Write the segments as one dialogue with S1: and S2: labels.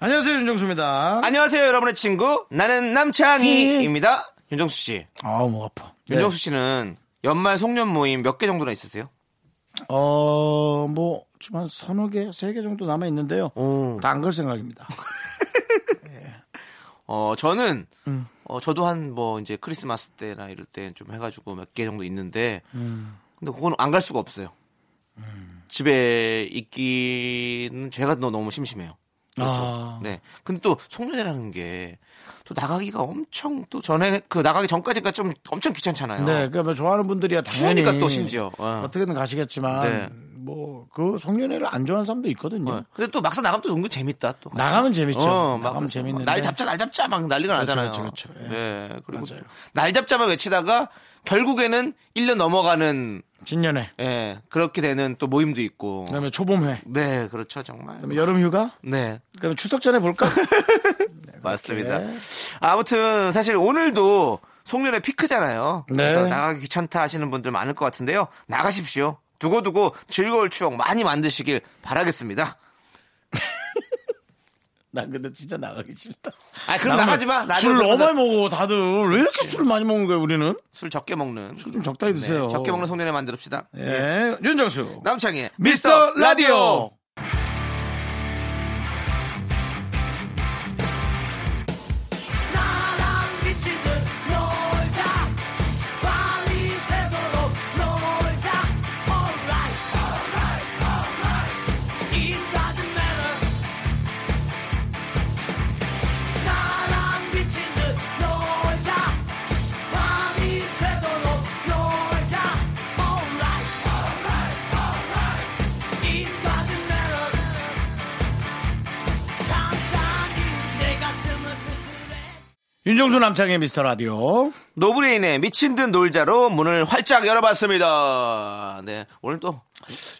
S1: 안녕하세요 윤정수입니다.
S2: 안녕하세요, 여러분의 친구. 나는 남창희입니다.
S1: 예.
S2: 윤정수 씨.
S1: 아우 목 아파.
S2: 네. 윤정수 씨는 연말 송년 모임 몇 개 정도나 있었어요?
S1: 네. 어뭐 지금 한 서너 개, 세 개 정도 남아 있는데요.
S2: 오.
S1: 다 안 걸 생각입니다.
S2: 아. 어, 저는,
S1: 음.
S2: 어, 저도 한 뭐 이제 크리스마스 때나 이럴 때 좀 해가지고 몇 개 정도 있는데,
S1: 음.
S2: 근데 그건 안 갈 수가 없어요. 집에 있기는 제가 너- 너무 심심해요.
S1: 아.
S2: 네. 근데 또 송년회라는 게 또 나가기가 엄청 또 전에 그 나가기 전까지가 좀 엄청 귀찮잖아요. 어.
S1: 네, 그러니까 뭐 좋아하는 분들이야 당연히
S2: 추우니까 또 심지어. 어.
S1: 어떻게든 가시겠지만
S2: 네.
S1: 뭐 그 송년회를 안 좋아하는 사람도 있거든요.
S2: 어, 근데 또 막상 나가면 또 은근 재밌다. 또 같이.
S1: 나가면 재밌죠.
S2: 어, 막
S1: 나가면
S2: 그래서
S1: 그렇죠. 재밌는데
S2: 날 잡자, 날 잡자 막 난리가
S1: 그렇죠,
S2: 나잖아요.
S1: 그렇죠, 그렇죠.
S2: 네. 그리고
S1: 맞아요.
S2: 날 잡자만 외치다가 결국에는 1년 넘어가는
S1: 진년회,
S2: 예, 그렇게 되는 또 모임도 있고.
S1: 그다음에 초봄회,
S2: 네, 그렇죠. 정말.
S1: 그다음에 여름휴가,
S2: 네.
S1: 그다음에 추석 전에 볼까?
S2: 맞습니다. 아무튼 사실 오늘도 송년회 피크잖아요. 그래서
S1: 네.
S2: 나가기 귀찮다 하시는 분들 많을 것 같은데요. 나가십시오. 두고두고 즐거울 추억 많이 만드시길 바라겠습니다.
S1: 난 근데 진짜 나가기 싫다.
S2: 아, 그럼
S1: 나는
S2: 나가지 마. 라디오
S1: 술 너무
S2: 들으면서
S1: 많이 먹어. 다들 왜 이렇게 술 많이 먹는 거야 우리는?
S2: 술 적게 먹는.
S1: 술 좀 적당히
S2: 네,
S1: 드세요.
S2: 적게 먹는 네. 송년회 만들읍시다.
S1: 예, 윤정수.
S2: 남창희의
S1: 미스터 라디오. 윤정수 남창의 미스터 라디오.
S2: 노브레인의 미친 듯 놀자로 문을 활짝 열어봤습니다. 네. 오늘 또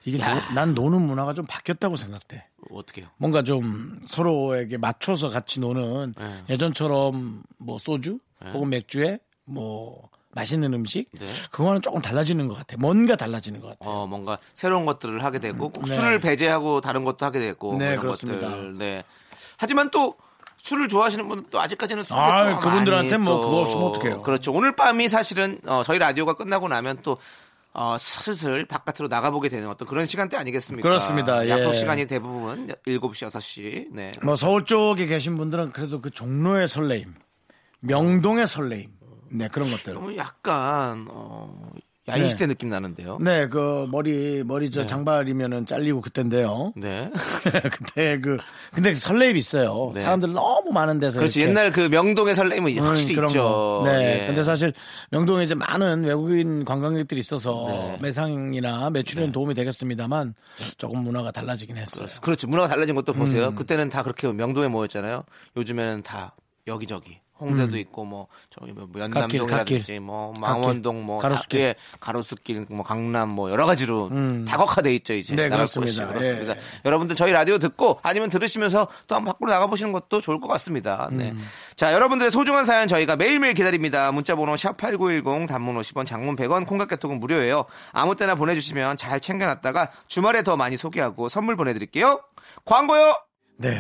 S1: 이게 노- 난 노는 문화가 좀 바뀌었다고 생각돼.
S2: 어떻게요?
S1: 뭔가 좀 서로에게 맞춰서 같이 노는
S2: 네.
S1: 예전처럼 뭐 소주 혹은 맥주에 뭐 맛있는 음식
S2: 네.
S1: 그거는 조금 달라지는 것 같아. 뭔가 달라지는 것 같아.
S2: 어, 뭔가 새로운 것들을 하게 되고 꼭
S1: 네.
S2: 술을 배제하고 다른 것도 하게 되고
S1: 네,
S2: 그런
S1: 그렇습니다.
S2: 것들. 네. 하지만 또 술을 좋아하시는 분은 또 아직까지는 술을
S1: 아이,
S2: 또
S1: 그분들한테
S2: 많이
S1: 뭐
S2: 또-
S1: 그거 없으면 어떡해요.
S2: 그렇죠. 오늘 밤이 사실은 어, 저희 라디오가 끝나고 나면 또 어, 슬슬 바깥으로 나가보게 되는 어떤 그런 시간대 아니겠습니까?
S1: 그렇습니다. 예.
S2: 약속 시간이 대부분 7시, 6시. 네.
S1: 뭐 서울 쪽에 계신 분들은 그래도 그 종로의 설레임, 명동의 설레임, 네 그런 것들.
S2: 너무 약간 어, 야인시대 느낌 나는데요.
S1: 네, 그 머리 머리 저 장발이면은 잘리고 그때인데요.
S2: 네.
S1: 그때 그 근데 설레임 있어요.
S2: 네.
S1: 사람들 너무 많은 데서
S2: 그렇지
S1: 이렇게.
S2: 옛날 그 명동의 설렘은 이제
S1: 음,
S2: 확실히
S1: 그런
S2: 있죠.
S1: 거. 네.
S2: 예.
S1: 근데 사실 명동에 이제 많은 외국인 관광객들이 있어서
S2: 네.
S1: 매상이나 매출에는 도움이 되겠습니다만 조금 문화가 달라지긴 했어요.
S2: 그렇죠. 문화가 달라진 것도
S1: 음.
S2: 보세요. 그때는 다 그렇게 명동에 모였잖아요. 요즘에는 다 여기저기 홍대도 있고 뭐 저기 뭐 연남동이라든지
S1: 음. 갓길.
S2: 뭐 망원동 뭐
S1: 가로수길.
S2: 다- 예, 가로수길 뭐 강남 뭐 여러 가지로 다각화돼 있죠 이제
S1: 음. 네,
S2: 나갈
S1: 그렇습니다.
S2: 곳이. 그렇습니다.
S1: 예.
S2: 여러분들 저희 라디오 듣고 아니면 들으시면서 또 한번 밖으로 나가 보시는 것도 좋을 것 같습니다. 네.
S1: 음.
S2: 자, 여러분들의 소중한 사연 저희가 매일매일 기다립니다. 문자 번호 샵8910 단문 50원, 장문 100원, 콩깍개톡은 무료예요. 아무 때나 보내 주시면 잘 챙겨 놨다가 주말에 더 많이 소개하고 선물 보내 드릴게요. 광고요.
S1: 네.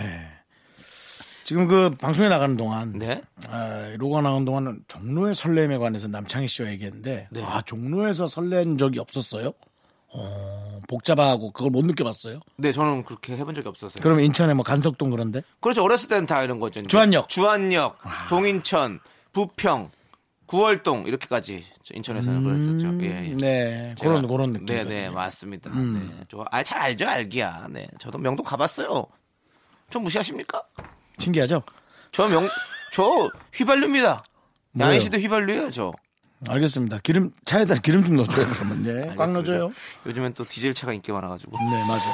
S1: 지금 그 방송에 나가는 동안
S2: 네.
S1: 아, 로가 나간 동안은 종로의 설렘에 관해서 남창희 씨와 얘기했는데
S2: 네.
S1: 아 종로에서 설렌 적이 없었어요? 어, 복잡하고 그걸 못 느껴봤어요?
S2: 네, 저는 그렇게 해본 적이 없었어요.
S1: 그러면 인천에 뭐 간석동 그런데
S2: 그렇죠. 어렸을 때는 다 이런 거죠. 이제.
S1: 주안역. 아.
S2: 주안역, 동인천, 부평, 구월동 이렇게까지 인천에서는 그랬었죠. 예, 예.
S1: 음, 네 그런
S2: 제가-
S1: 그런 음. 느낌
S2: 네, 네, 맞습니다. 네. 저, 아, 잘 알죠, 알기야. 네. 저도 명동 가봤어요. 좀 무시하십니까?
S1: 신기하죠?
S2: 저 명, 저 휘발유입니다.
S1: 뭐예요?
S2: 야인 씨도 휘발유예요, 저.
S1: 알겠습니다. 기름 차에다 기름 좀 넣어줘요. 그러면 네, 꽉
S2: 알겠습니다.
S1: 넣어줘요.
S2: 요즘엔 또 디젤 차가 인기 많아가지고. 아.
S1: 네 맞아.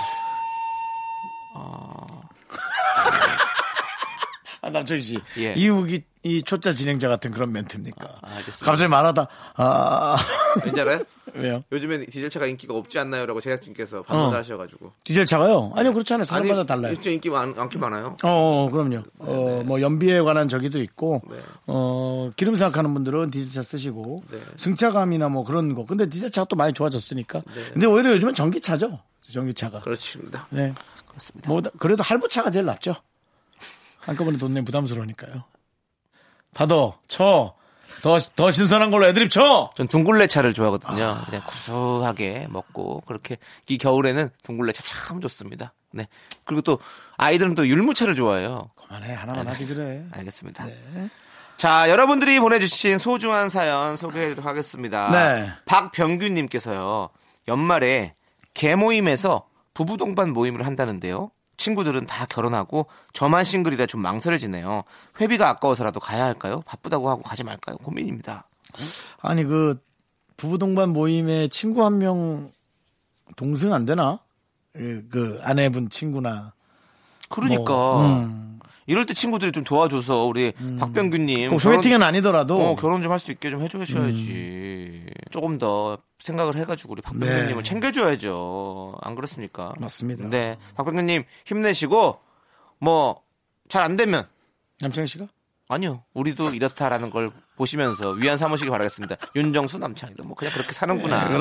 S1: 아, 남창희 씨.
S2: 예.
S1: 이욱이 이 초짜 진행자 같은 그런 멘트입니까?
S2: 아, 알겠습니다.
S1: 갑자기 말하다 아
S2: 왠지 알아요?
S1: 왜요?
S2: 요즘엔 디젤차가 인기가 없지 않나요라고 제작진께서 반문을 하셔가지고
S1: 디젤 차가요? 아니요 그렇잖아요. 사람마다 어. 달라요.
S2: 진짜 인기 많, 많긴 많아요.
S1: 어, 어, 그럼요. 어, 뭐 연비에 관한 저기도 있고,
S2: 네.
S1: 어, 기름 생각하는 분들은 디젤차 쓰시고,
S2: 네.
S1: 승차감이나 뭐 그런 거. 근데 디젤차가 또 많이 좋아졌으니까.
S2: 네.
S1: 근데 오히려 요즘은 전기차죠. 전기차가.
S2: 그렇습니다.
S1: 네.
S2: 그렇습니다.
S1: 뭐, 그래도 할부차가 제일 낫죠. 한꺼번에 돈 내면 부담스러우니까요. 받아, 쳐. 더, 더 신선한 걸로 애드립 쳐!
S2: 전 둥글레 차를 좋아하거든요. 그냥 구수하게 먹고 그렇게 이 겨울에는 둥글레 차 참 좋습니다. 네. 그리고 또 아이들은 또 율무차를 좋아해요.
S1: 그만해, 하나만 하지 그래. 네.
S2: 알겠습니다. 자, 여러분들이 보내주신 소중한 사연 소개해드리도록 하겠습니다.
S1: 네.
S2: 박병규님께서요, 연말에 개모임에서 부부 동반 모임을 한다는데요. 친구들은 다 결혼하고 저만 싱글이라 좀 망설여지네요. 회비가 아까워서라도 가야 할까요? 바쁘다고 하고 가지 말까요? 고민입니다.
S1: 아니, 그, 부부 동반 모임에 친구 한 명, 동생 안 되나? 그, 그 아내분 친구나.
S2: 그러니까
S1: 뭐, 음.
S2: 이럴 때 친구들이 좀 도와줘서 우리 박병규님
S1: 꼭
S2: 결혼-
S1: 음. 소개팅은 아니더라도
S2: 어, 결혼 좀 할 수 있게 좀 해주셔야지. 조금 더 생각을 해가지고 우리 박병규님을
S1: 음. 네.
S2: 챙겨줘야죠. 안 그렇습니까?
S1: 맞습니다.
S2: 네, 박병규님 힘내시고 뭐 잘 안 되면
S1: 남창희 씨가
S2: 아니요, 우리도 이렇다라는 걸 보시면서 위안 삼으시기 바라겠습니다. 윤정수 남창이도 뭐 그냥 그렇게 사는구나. 걸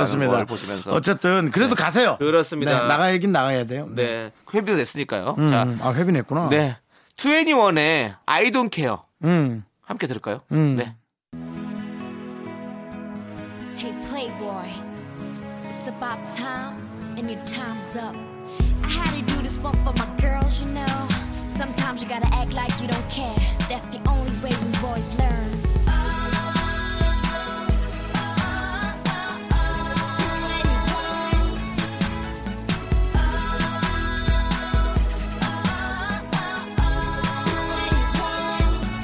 S1: 네,
S2: 보시면서. 네.
S1: 어쨌든 그래도 가세요.
S2: 그렇습니다.
S1: 네, 나가야긴 나가야 돼요.
S2: 네, 회비도 냈으니까요.
S1: 음,
S2: 자,
S1: 아 회비 냈구나.
S2: 네, 투애니원의 I Don't Care
S1: 음.
S2: 함께 들을까요?
S1: 음.
S2: 네.
S3: Hey playboy, it's about time and your time's up. I had to do this one for my girls, you know. Sometimes you gotta act like you don't care. That's the only way we boys learn.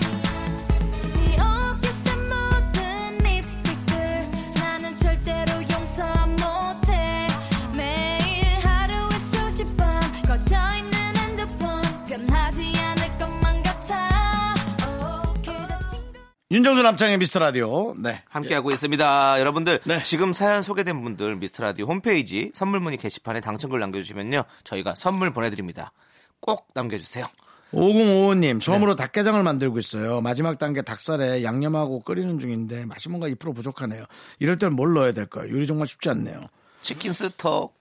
S3: 네 미혹했어 모든 립스틱들 나는 절대로 용서 못해 매일 하루에 수십 번 꺼져있는 핸드폰 변하지 않을 것만 같아 오 그저 친구
S1: 윤정수 남창의 미스터 라디오. 네.
S2: 함께하고 있습니다. 여러분들
S1: 네.
S2: 지금 사연 소개된 분들 미스터라디오 홈페이지 선물문의 게시판에 당첨글 남겨주시면요. 저희가 선물 보내드립니다. 꼭 남겨주세요.
S1: 5055님 처음으로
S2: 네.
S1: 닭게장을 만들고 있어요. 마지막 단계 닭살에 양념하고 끓이는 중인데 맛이 뭔가 2% 부족하네요. 이럴 땐 뭘 넣어야 될까요? 요리 정말 쉽지 않네요.
S2: 치킨 스톡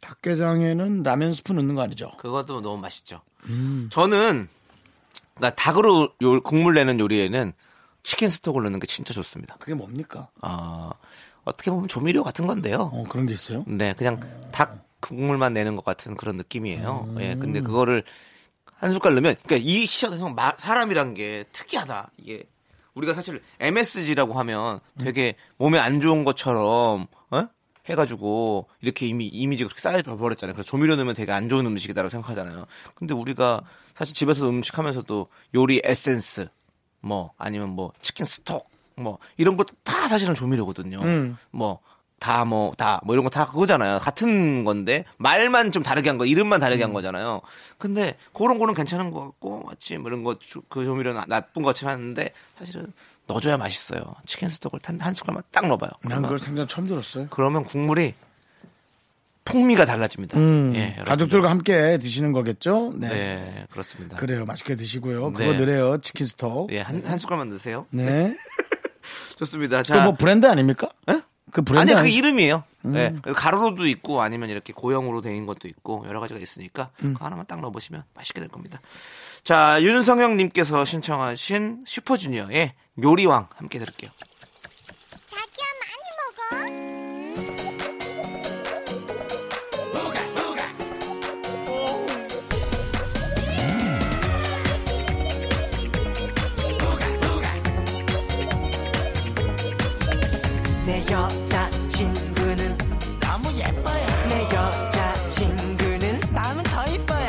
S1: 닭게장에는 라면 스프 넣는 거 아니죠?
S2: 그것도 너무 맛있죠.
S1: 음.
S2: 저는 나 닭으로 요- 국물 내는 요리에는 치킨 스톡을 넣는 게 진짜 좋습니다.
S1: 그게 뭡니까?
S2: 어, 어떻게 보면 조미료 같은 건데요.
S1: 어 그런 게 있어요?
S2: 네, 그냥 닭 국물만 내는 것 같은 그런 느낌이에요. 예, 근데 그거를 한 숟갈 넣으면, 그니까 이 희한한 형, 마- 사람이란 게 특이하다. 이게 우리가 사실 MSG라고 하면 되게 몸에 안 좋은 것처럼, 어? 해가지고 이렇게 이미 이미지 그렇게 쌓여 버렸잖아요. 그래서 조미료 넣으면 되게 안 좋은 음식이다라고 생각하잖아요. 근데 우리가 사실 집에서 음식 하면서도 요리 에센스, 뭐 아니면 뭐 치킨 스톡 뭐 이런 거 다 사실은 조미료거든요.
S1: 음.
S2: 뭐 다 뭐 다 뭐 이런 거 다 그거잖아요. 같은 건데 말만 좀 다르게 한 거, 이름만
S1: 음.
S2: 다르게 한 거잖아요. 근데 그런 거는 괜찮은 것 같고 마치 뭐 이런 거 그 조미료는 나쁜 것처럼 하는데 사실은 넣어줘야 맛있어요. 치킨 스톡을 한, 한 숟갈만 예, 딱 넣어봐요.
S1: 난
S2: 그러면,
S1: 그걸 생전 처음 들었어요.
S2: 그러면 국물이 풍미가 달라집니다.
S1: 음,
S2: 예, 여러분들.
S1: 가족들과 함께 드시는 거겠죠? 네.
S2: 네 그렇습니다.
S1: 그래요. 맛있게 드시고요.
S2: 네.
S1: 그거 드려요. 치킨 스톡.
S2: 예, 한, 한 숟갈만 넣으세요.
S1: 네.
S2: 좋습니다. 자,
S1: 그 뭐 브랜드 아닙니까? 그 브랜드
S2: 아니 그
S1: 아니-
S2: 이름이에요. 예, 그래서 가로로도 있고 아니면 이렇게 고형으로 된 것도 있고 여러 가지가 있으니까 그거 하나만 딱 넣어보시면 맛있게 될 겁니다. 자 윤성형님께서 신청하신 슈퍼주니어의 요리왕 함께 들을게요.
S3: 자기야 많이 먹어
S4: 내 여자친구는 너무 예뻐요 내 여자친구는 마음은 더 이뻐요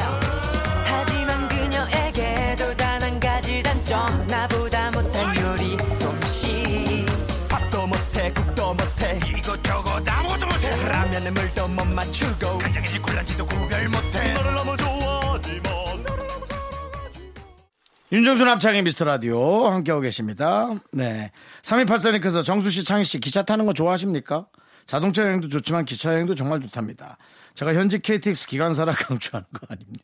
S4: 하지만 그녀에게도 단 한 가지 단점 나보다 못한 요리 솜씨 밥도 못해 국도 못해 이것저것 아무것도 못해 라면에 물도 못 맞추고 간장인지 콜란지도 구별 못해 너를 너무 좋아하지만
S1: 윤정수 남창의 미스터 라디오 함께하고 계십니다. 네. 3284님께서 정수씨, 창희씨, 기차 타는 거 좋아하십니까? 자동차 여행도 좋지만 기차 여행도 정말 좋답니다. 제가 현지 KTX 기관사라 강추하는 거 아닙니다.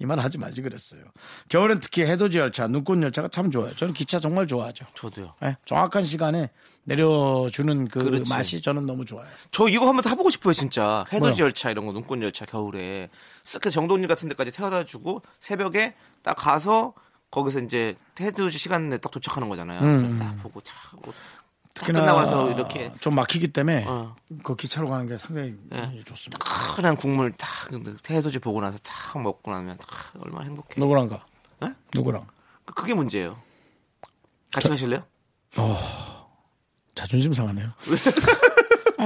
S1: 이 말 하지 마지 그랬어요. 겨울엔 특히 해돋이 열차, 눈꽃 열차가 참 좋아요. 저는 기차 정말 좋아하죠.
S2: 저도요.
S1: 예, 정확한 시간에 내려주는 그
S2: 그렇지.
S1: 맛이 저는 너무 좋아요.
S2: 저 이거 한번 타보고 싶어요 진짜 해돋이
S1: 뭐요?
S2: 열차 이런 거 눈꽃 열차 겨울에 쓱 정동님 같은 데까지 태워다 주고 새벽에 딱 가서 거기서 이제 해돋이 시간에 딱 도착하는 거잖아요 그래서 딱 보고 차고 딱 끝나고 나서 이렇게
S1: 좀 막히기 때문에
S2: 어.
S1: 그 기차로 가는 게 상당히
S2: 예.
S1: 좋습니다.
S2: 큰한 국물 딱 해돋이 보고 나서 딱 먹고 나면 딱 얼마나 행복해
S1: 누구랑 가?
S2: 네?
S1: 누구랑?
S2: 그- 그게 문제예요 같이 가실래요?
S1: 자존심 상하네요.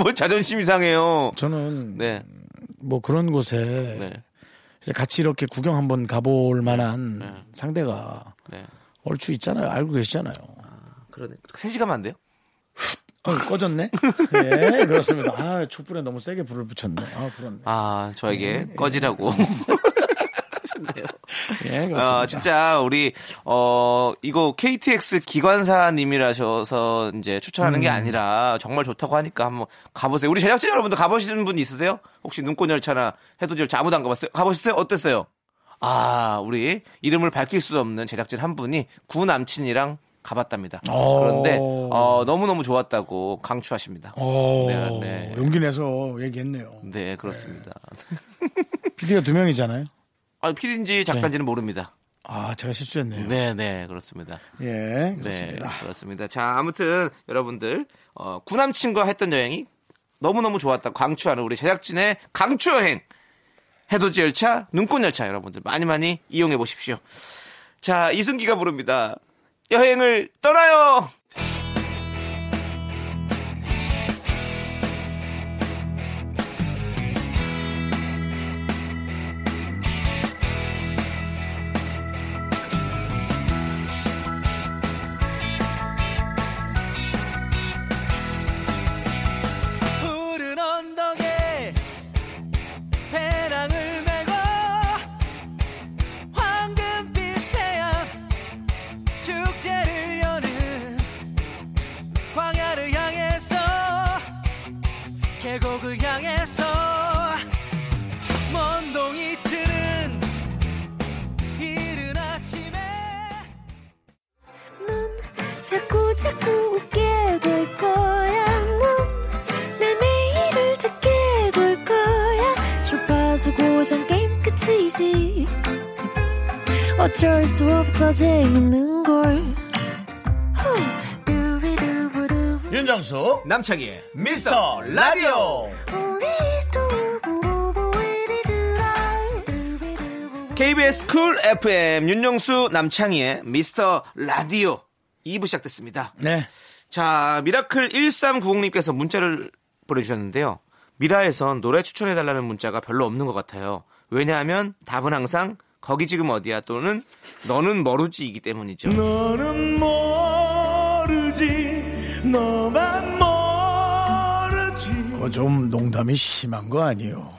S2: 뭘 자존심 이상해요
S1: 저는
S2: 네,
S1: 뭐 그런 곳에
S2: 네,
S1: 이제 같이 이렇게 구경 한번 가볼 만한
S2: 네.
S1: 상대가
S2: 네.
S1: 얼추 있잖아요. 알고 계시잖아요.
S2: 그러네. 3시간만 안 돼요?
S1: 어, 꺼졌네? 예, 그렇습니다. 아, 촛불에 너무 세게 불을 붙였네. 아, 불었네.
S2: 아, 저에게 꺼지라고.
S1: 예, 그렇습니다.
S2: 아, 진짜 우리 어 이거 KTX 기관사님이라셔서 이제 추천하는
S1: 음.
S2: 게 아니라 정말 좋다고 하니까 한번 가보세요. 우리 제작진 여러분들 가보시는 분 있으세요? 혹시 눈꽃 열차나 해돋이 열차 아무도 안 가봤어요? 가보셨어요? 어땠어요? 아, 우리 이름을 밝힐 수 없는 제작진 한 분이 구 남친이랑 가봤답니다.
S1: 오.
S2: 그런데 어, 너무너무 좋았다고 강추하십니다.
S1: 오,
S2: 네, 네.
S1: 어, 용기 내서 얘기했네요.
S2: 네, 그렇습니다.
S1: PD가 두 명이잖아요.
S2: 아, 피디인지 작가인지는 모릅니다.
S1: 아, 제가 네. 실수했네요.
S2: 네, 네, 그렇습니다.
S1: 예, 그렇습니다.
S2: 네, 그렇습니다. 자, 아무튼 여러분들 어, 구남친과 했던 여행이 너무너무 좋았다. 강추하는 우리 제작진의 강추 여행. 해돋이 열차, 눈꽃 열차 여러분들 많이 많이 이용해 보십시오. 자, 이승기가 부릅니다. 여행을 떠나요.
S4: 푸른 언덕에 배낭을 메고 황금빛 태양 축제를 여는 광야를 향해서 계곡을 향해서 먼 동이 트는 이른 아침에
S5: 넌 자꾸 자꾸 웃게 될 거야. 넌내 매일을 듣게 될 거야. 주파수 고정 게임 끝이지. 어쩔 수 없어 재밌는 걸. 후. 두비두부두.
S1: 윤정수,
S2: 남창희의 미스터 라디오.
S5: 우리 두부부부 우리 두라. 두비두부부.
S2: KBS 쿨 FM 윤정수 남창희의 미스터 라디오 2부 시작됐습니다.
S1: 네.
S2: 자, 미라클 1390님께서 문자를 보내주셨는데요. 미라에선 노래 추천해달라는 문자가 별로 없는 것 같아요. 왜냐하면 답은 항상 거기 지금 어디야 또는 너는 모르지이기 때문이죠.
S1: 너는 모르지 너만 모르지 그거 좀 농담이 심한 거 아니에요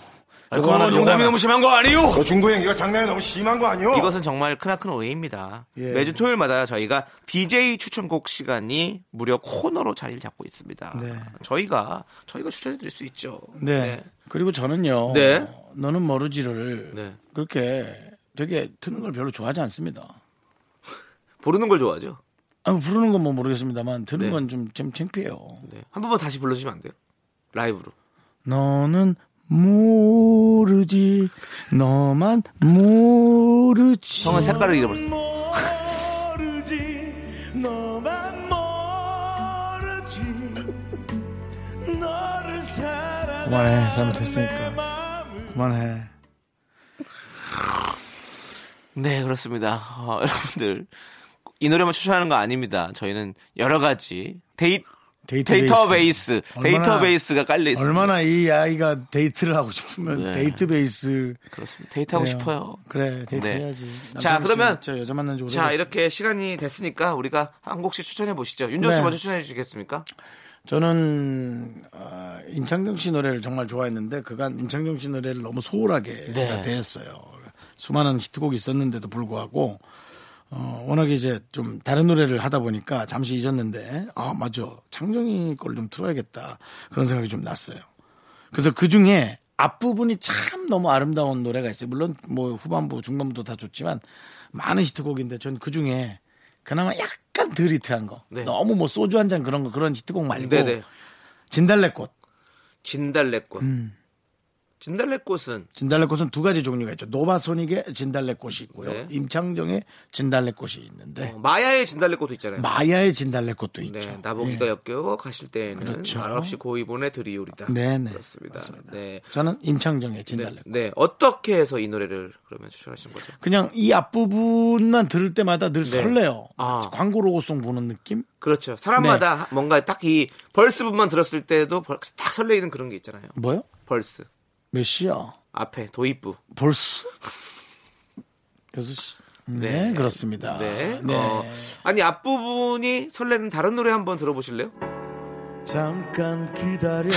S2: 이거 농담이 너무 심한 거 아니요?
S6: 중구형 이거 장난이 너무 심한 거 아니요?
S2: 이것은 정말 크나큰 오해입니다.
S1: 예.
S2: 매주 토요일마다 저희가 DJ 추천곡 시간이 무려 코너로 자리를 잡고 있습니다.
S1: 네.
S2: 저희가 저희가 추천해드릴 수 있죠.
S1: 네. 그리고 저는요
S2: 네.
S1: 너는 모르지를
S2: 네.
S1: 그렇게 되게 트는 걸 별로 좋아하지 않습니다
S2: 부르는 걸 좋아하죠.
S1: 아, 부르는 건 뭐 모르겠습니다만 트는
S2: 네.
S1: 건좀 좀 창피해요
S2: 네. 한 번만 다시 불러주시면 안 돼요? 라이브로.
S1: 너는 모르지 너만 모르지
S2: 형은 색깔을 잃어버렸어.
S1: 모르지 너만 모르지 너를 사랑 그만해 잘못했으니까 그만해
S2: 네, 그렇습니다. 어, 여러분들 이 노래만 추천하는 거 아닙니다. 저희는 여러 가지 데이,
S1: 데이터베이스.
S2: 데이터베이스,
S1: 얼마나-
S2: 데이터베이스가 깔려 있습니다.
S1: 얼마나 이 아이가 데이트를 하고 싶으면
S2: 네.
S1: 데이트베이스
S2: 그렇습니다. 데이트하고
S1: 네. 그래요.
S2: 싶어요.
S1: 그래 데이트
S2: 네.
S1: 해야지
S2: 자,
S1: 남자친구
S2: 그러면
S1: 진짜 여자 만난 지
S2: 자,
S1: 오래됐어
S2: 이렇게 시간이 됐으니까 우리가 한 곡씩 추천해 보시죠. 윤정 씨
S1: 네.
S2: 먼저 추천해 주시겠습니까?
S1: 저는 아, 임창정 씨 노래를 정말 좋아했는데 그간 임창정 씨 노래를 너무 소홀하게 제가 대했어요. 수많은 히트곡이 있었는데도 불구하고 어, 워낙에 이제 좀 다른 노래를 하다 보니까 잠시 잊었는데 아 맞아 창정이 걸 좀 틀어야겠다 그런 생각이 좀 났어요. 그래서 그 중에 앞부분이 참 너무 아름다운 노래가 있어요. 물론 뭐 후반부 중반부도 다 좋지만 많은 히트곡인데 전 그 중에 그나마 약간 덜 히트한 거
S2: 네.
S1: 너무 뭐 소주 한 잔 그런 거 그런 히트곡 말고
S2: 네네.
S1: 진달래꽃
S2: 진달래꽃.
S1: 음.
S2: 진달래꽃은
S1: 진달래꽃은 두 가지 종류가 있죠. 노바소닉의 진달래꽃이 있고요.
S2: 네.
S1: 임창정의 진달래꽃이 있는데
S2: 어, 마야의 진달래꽃도 있잖아요.
S1: 마야의 진달래꽃도 있죠.
S2: 네, 나보기가 역겨워 가실 때에는
S1: 그렇죠.
S2: 말없이 고이 보내 드리우리다.
S1: 네, 네.
S2: 그렇습니다. 네.
S1: 저는 임창정의
S2: 네,
S1: 진달래꽃.
S2: 네, 어떻게 해서 이 노래를 그러면 추천하신 거죠?
S1: 그냥 이 앞부분만 들을 때마다 늘 설레요.
S2: 아.
S1: 광고 로고송 보는 느낌?
S2: 그렇죠. 사람마다
S1: 네.
S2: 하- 뭔가 딱 이 벌스 부분만 들었을 때도 벌- 딱 설레이는 그런 게 있잖아요.
S1: 뭐요?
S2: 벌스
S1: 몇 시야?
S2: 앞에 도입부.
S1: 벌써? 6시. 네,
S2: 네.
S1: 그렇습니다.
S2: 네. 어, 아니 앞부분이 설레는 다른 노래 한번 들어보실래요?
S1: 잠깐 기다려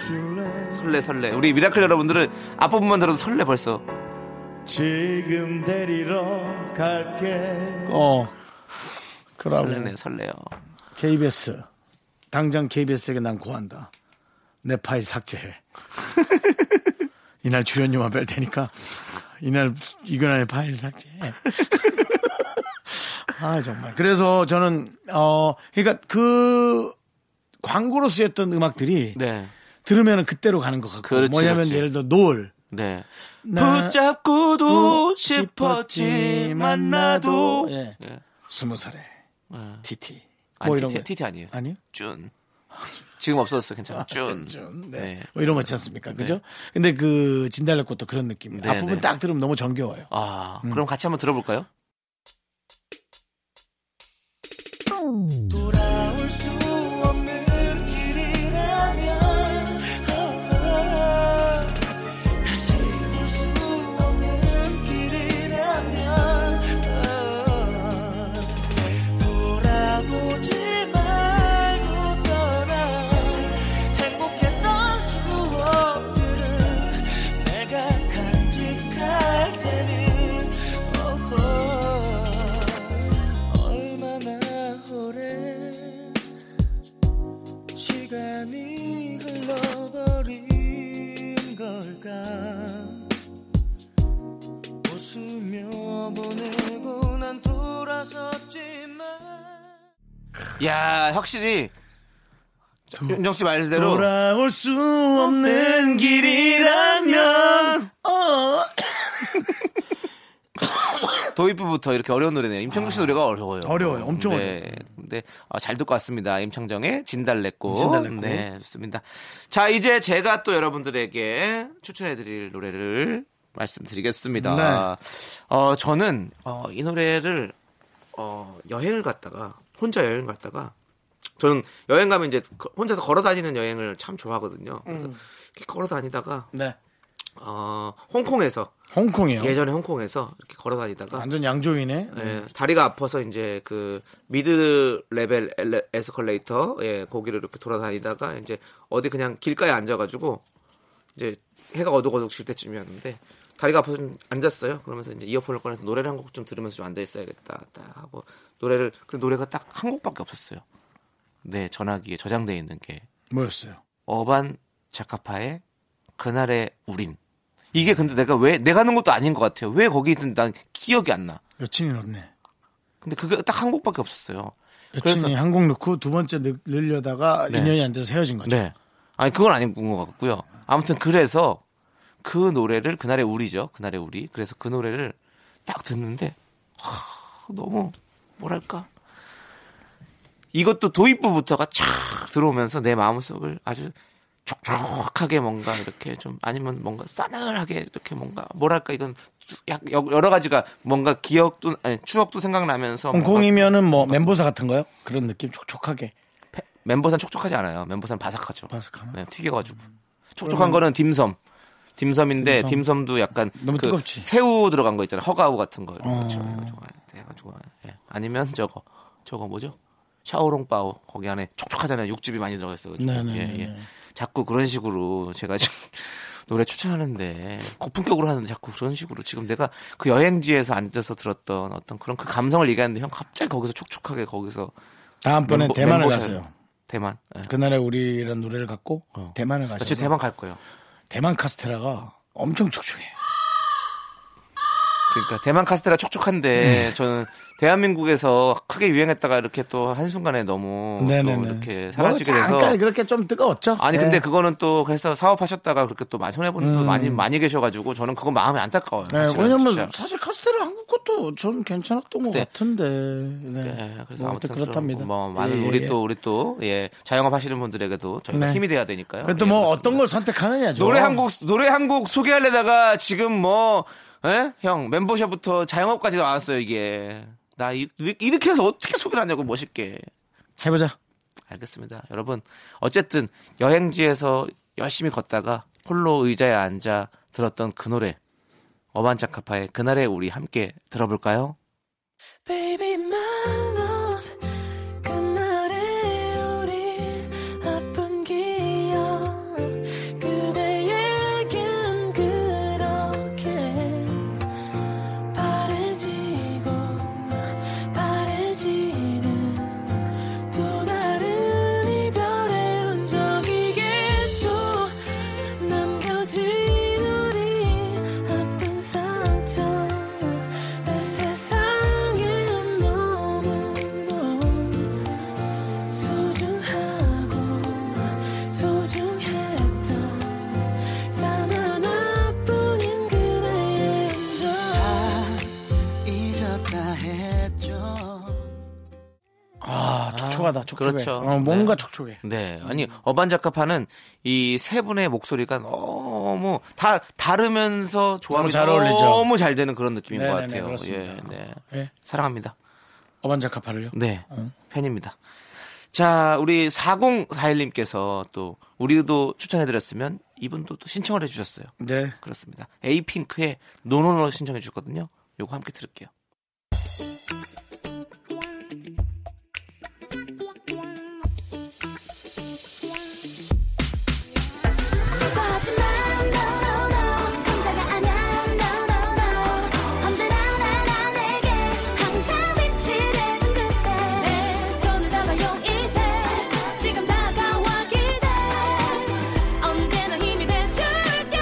S1: 줄래?
S2: 설레 설레. 우리 미라클 여러분들은 앞부분만 들어도 설레 벌써.
S1: 지금 데리러 갈게. 어. 그러고
S2: 설레네 설레요.
S1: KBS 당장 KBS에게 난 고한다. 내 파일 삭제해. 이날 출연료만 뺄 테니까 이날 이근환의 파일 삭제해. 아 정말. 그래서 저는 어 그러니까 그 광고로 쓰였던 음악들이
S2: 네.
S1: 들으면 그때로 가는 것 같고
S2: 그렇지,
S1: 뭐냐면
S2: 그렇지.
S1: 예를 들어 노을
S2: 네.
S1: 나-
S2: 붙잡고도
S1: 싶었지만
S2: 싶었지만
S1: 나도
S2: 나도
S1: 예.
S2: 예.
S1: 스무 살에 TT
S2: 아니,
S1: 뭐 이런
S2: TT
S1: 거.
S2: TT 아니에요.
S1: 아니요?
S2: 준. 지금 없어졌어 괜찮아. 준.
S1: 좀, 네.
S2: 네.
S1: 뭐 이런 거 있지 않습니까? 그죠? 근데 그 진달래꽃도 그런 느낌.
S2: 네,
S1: 앞부분
S2: 네.
S1: 딱 들으면 너무 정겨워요.
S2: 아
S1: 음.
S2: 그럼 같이 한번 들어볼까요?
S4: 어, 어. 시간이 흘러버린 걸까 웃으며 보내고 난 돌아섰지만
S2: 야 확실히 윤정 씨 말대로
S1: 돌아올 수 없는 길이라면
S2: 도입부부터 이렇게 어려운 노래네요. 임창정 씨 노래가 어려워요.
S1: 아, 어려워요. 엄청
S2: 네.
S1: 어려워요.
S2: 근데 아, 잘 듣고 왔습니다. 임창정의 진달래꽃.
S1: 진달래꽃.
S2: 네, 좋습니다. 자, 이제 제가 또 여러분들에게 추천해드릴 노래를 말씀드리겠습니다.
S1: 네.
S2: 어, 저는 어, 이 노래를 어, 여행을 갔다가 혼자 여행 갔다가 저는 여행 가면 이제 거- 혼자서 걸어 다니는 여행을 참 좋아하거든요. 그래서
S1: 음.
S2: 이렇게 걸어 다니다가
S1: 네.
S2: 어, 홍콩에서
S1: 홍콩이요.
S2: 예전에 홍콩에서 이렇게 걸어 다니다가
S1: 완전 양조이네.
S2: 예, 다리가 아파서 이제 그 미드 레벨 엘레- 에스컬레이터 예, 거기를 이렇게 돌아다니다가 이제 어디 그냥 길가에 앉아가지고 이제 해가 어둑어둑 질 때쯤이었는데 다리가 아파서 좀 앉았어요. 그러면서 이제 이어폰을 꺼내서 노래를 한 곡 좀 들으면서 좀 앉아 있어야겠다. 딱 하고 노래를 그 노래가 딱 한 곡밖에 없었어요. 네 전화기에 저장돼 있는 게
S1: 뭐였어요?
S2: 어반 자카파의 그날의 우린 이게 근데 내가 왜 내가 하는 것도 아닌 것 같아요. 왜 거기 있는지 난 기억이 안 나.
S1: 여친이 넣네.
S2: 근데 그게 딱 한 곡밖에 없었어요. 그래서
S1: 여친이 한 곡 넣고 두 번째 넣- 넣으려다가
S2: 네.
S1: 인연이 안 돼서 헤어진 거죠.
S2: 네. 아니 그건 아닌 것 같고요. 아무튼 그래서 그 노래를 그날의 우리죠. 그날의 우리. 그래서 그 노래를 딱 듣는데 하, 너무 뭐랄까 이것도 도입부부터가 착 들어오면서 내 마음속을 아주 촉촉하게 뭔가 이렇게 좀 아니면 뭔가 싸늘하게 이렇게 뭔가 뭐랄까 이건 약 여러 가지가 뭔가 기억도 아니 추억도 생각나면서 뭔가
S1: 홍콩이면은 뭐 멘보사 같은 거요? 그런 느낌 촉촉하게.
S2: 페- 멘보산 촉촉하지 않아요. 멘보산 바삭하죠.
S1: 바삭하나? 음.
S2: 네, 튀겨가지고. 촉촉한 거는 딤섬. 딤섬인데 딤섬. 도 약간
S1: 너무
S2: 그
S1: 뜨겁지. 어.
S2: 새우 들어간 거 있잖아요. 허가우 같은 거. 그렇죠. 해가지고, 해가지고, 예. 아니면 저거 저거 뭐죠? 샤오롱바오 거기
S1: 네,
S2: 예, 안에 촉촉하잖아요. 육즙이 많이 들어가 있어요.
S1: 네네네네.
S2: 자꾸 그런 식으로 제가 지금 노래 추천하는데 고품격으로 하는데 자꾸 그런 식으로 지금 내가 그 여행지에서 앉아서 들었던 어떤 그런 그 감성을 얘기하는데 형 갑자기 거기서 촉촉하게 거기서
S1: 다음번에
S2: 멤버-
S1: 대만을
S2: 멤버셔-
S1: 가세요.
S2: 대만. 예.
S1: 그날에 우리란 노래를 갖고 대만을
S2: 저
S1: 가서
S2: 진짜 어. 아, 대만 갈 거예요.
S1: 음. 대만 카스테라가 엄청 촉촉해.
S2: 그러니까 대만 카스테라 촉촉한데
S1: 음.
S2: 저는 대한민국에서 크게 유행했다가 이렇게 또 한순간에 너무 어, 또
S1: 네네네.
S2: 이렇게
S1: 뭐
S2: 사라지게 돼서
S1: 잠깐 그렇게 좀 뜨거웠죠.
S2: 아니
S1: 네. 음.
S2: 근데 그거는 또 그래서 사업하셨다가 그렇게 또 많이 손해보는 분도 많이 많이 계셔가지고 저는 그거 마음이 안타까워요.
S1: 네,
S2: 사실은
S1: 왜냐면
S2: 진짜.
S1: 사실 카스테라 한국 것도 전 괜찮았던 것
S2: 네.
S1: 같은데. 네.
S2: 예, 그래서
S1: 뭐 아무튼
S2: 아무튼
S1: 그렇답니다.
S2: 좀 뭐,
S1: 예,
S2: 많은
S1: 예,
S2: 우리
S1: 예.
S2: 또 우리 또 예, 자영업 하시는 분들에게도 저희가
S1: 네.
S2: 힘이 돼야 되니까요.
S1: 그래도
S2: 예,
S1: 뭐
S2: 그렇습니다.
S1: 어떤 걸 선택하느냐죠.
S2: 노래 한 곡 노래 한 곡 소개하려다가 지금 뭐 예? 형, 멤버셔부터 자영업까지 나왔어요, 이게. 나 이, 이렇게 해서 어떻게 소개를 하냐고 멋있게.
S1: 해보자.
S2: 알겠습니다. 여러분, 어쨌든 여행지에서 열심히 걷다가 홀로 의자에 앉아 들었던 그 노래. 어반자카파의 그날에 우리 함께 들어볼까요?
S5: Baby my love 그날의 우리 아픈 기억 그대에겐 그렇게 바래지고 바래지는 또 다른 이별의 흔적이겠죠 남겨진 우리 아픈 상처 내 세상엔 너무너무 소중하고 소중했던 단 하나뿐인 그대의 절
S4: 잊었다 했죠.
S1: 아, 촉촉하다. 촉촉해.
S2: 그렇죠.
S1: 어, 뭔가
S2: 네.
S1: 촉촉해.
S2: 네. 아니, 어반자카파는 이 세 분의 목소리가 너무 다 다르면서 조합이
S1: 너무 잘 어울리죠.
S2: 너무 잘 되는 그런 느낌인
S1: 네네네,
S2: 것 같아요.
S1: 그렇습니다.
S2: 예, 네.
S1: 예.
S2: 사랑합니다.
S1: 어반자카파를요.
S2: 네. 팬입니다. 자, 우리 4041님께서 또 우리도 추천해드렸으면 이분도 또 신청을 해주셨어요.
S1: 네.
S2: 그렇습니다. 에이핑크의 노노노 신청해 주셨거든요. 요거 함께 들을게요.
S5: 수고하지만 너너너 혼자가 아냐 너너너 언제나 나라 내게 항상 빛을 해준 그때 내 손을 잡아요 이제 지금 다가와 기대 언제나 힘이 돼줄게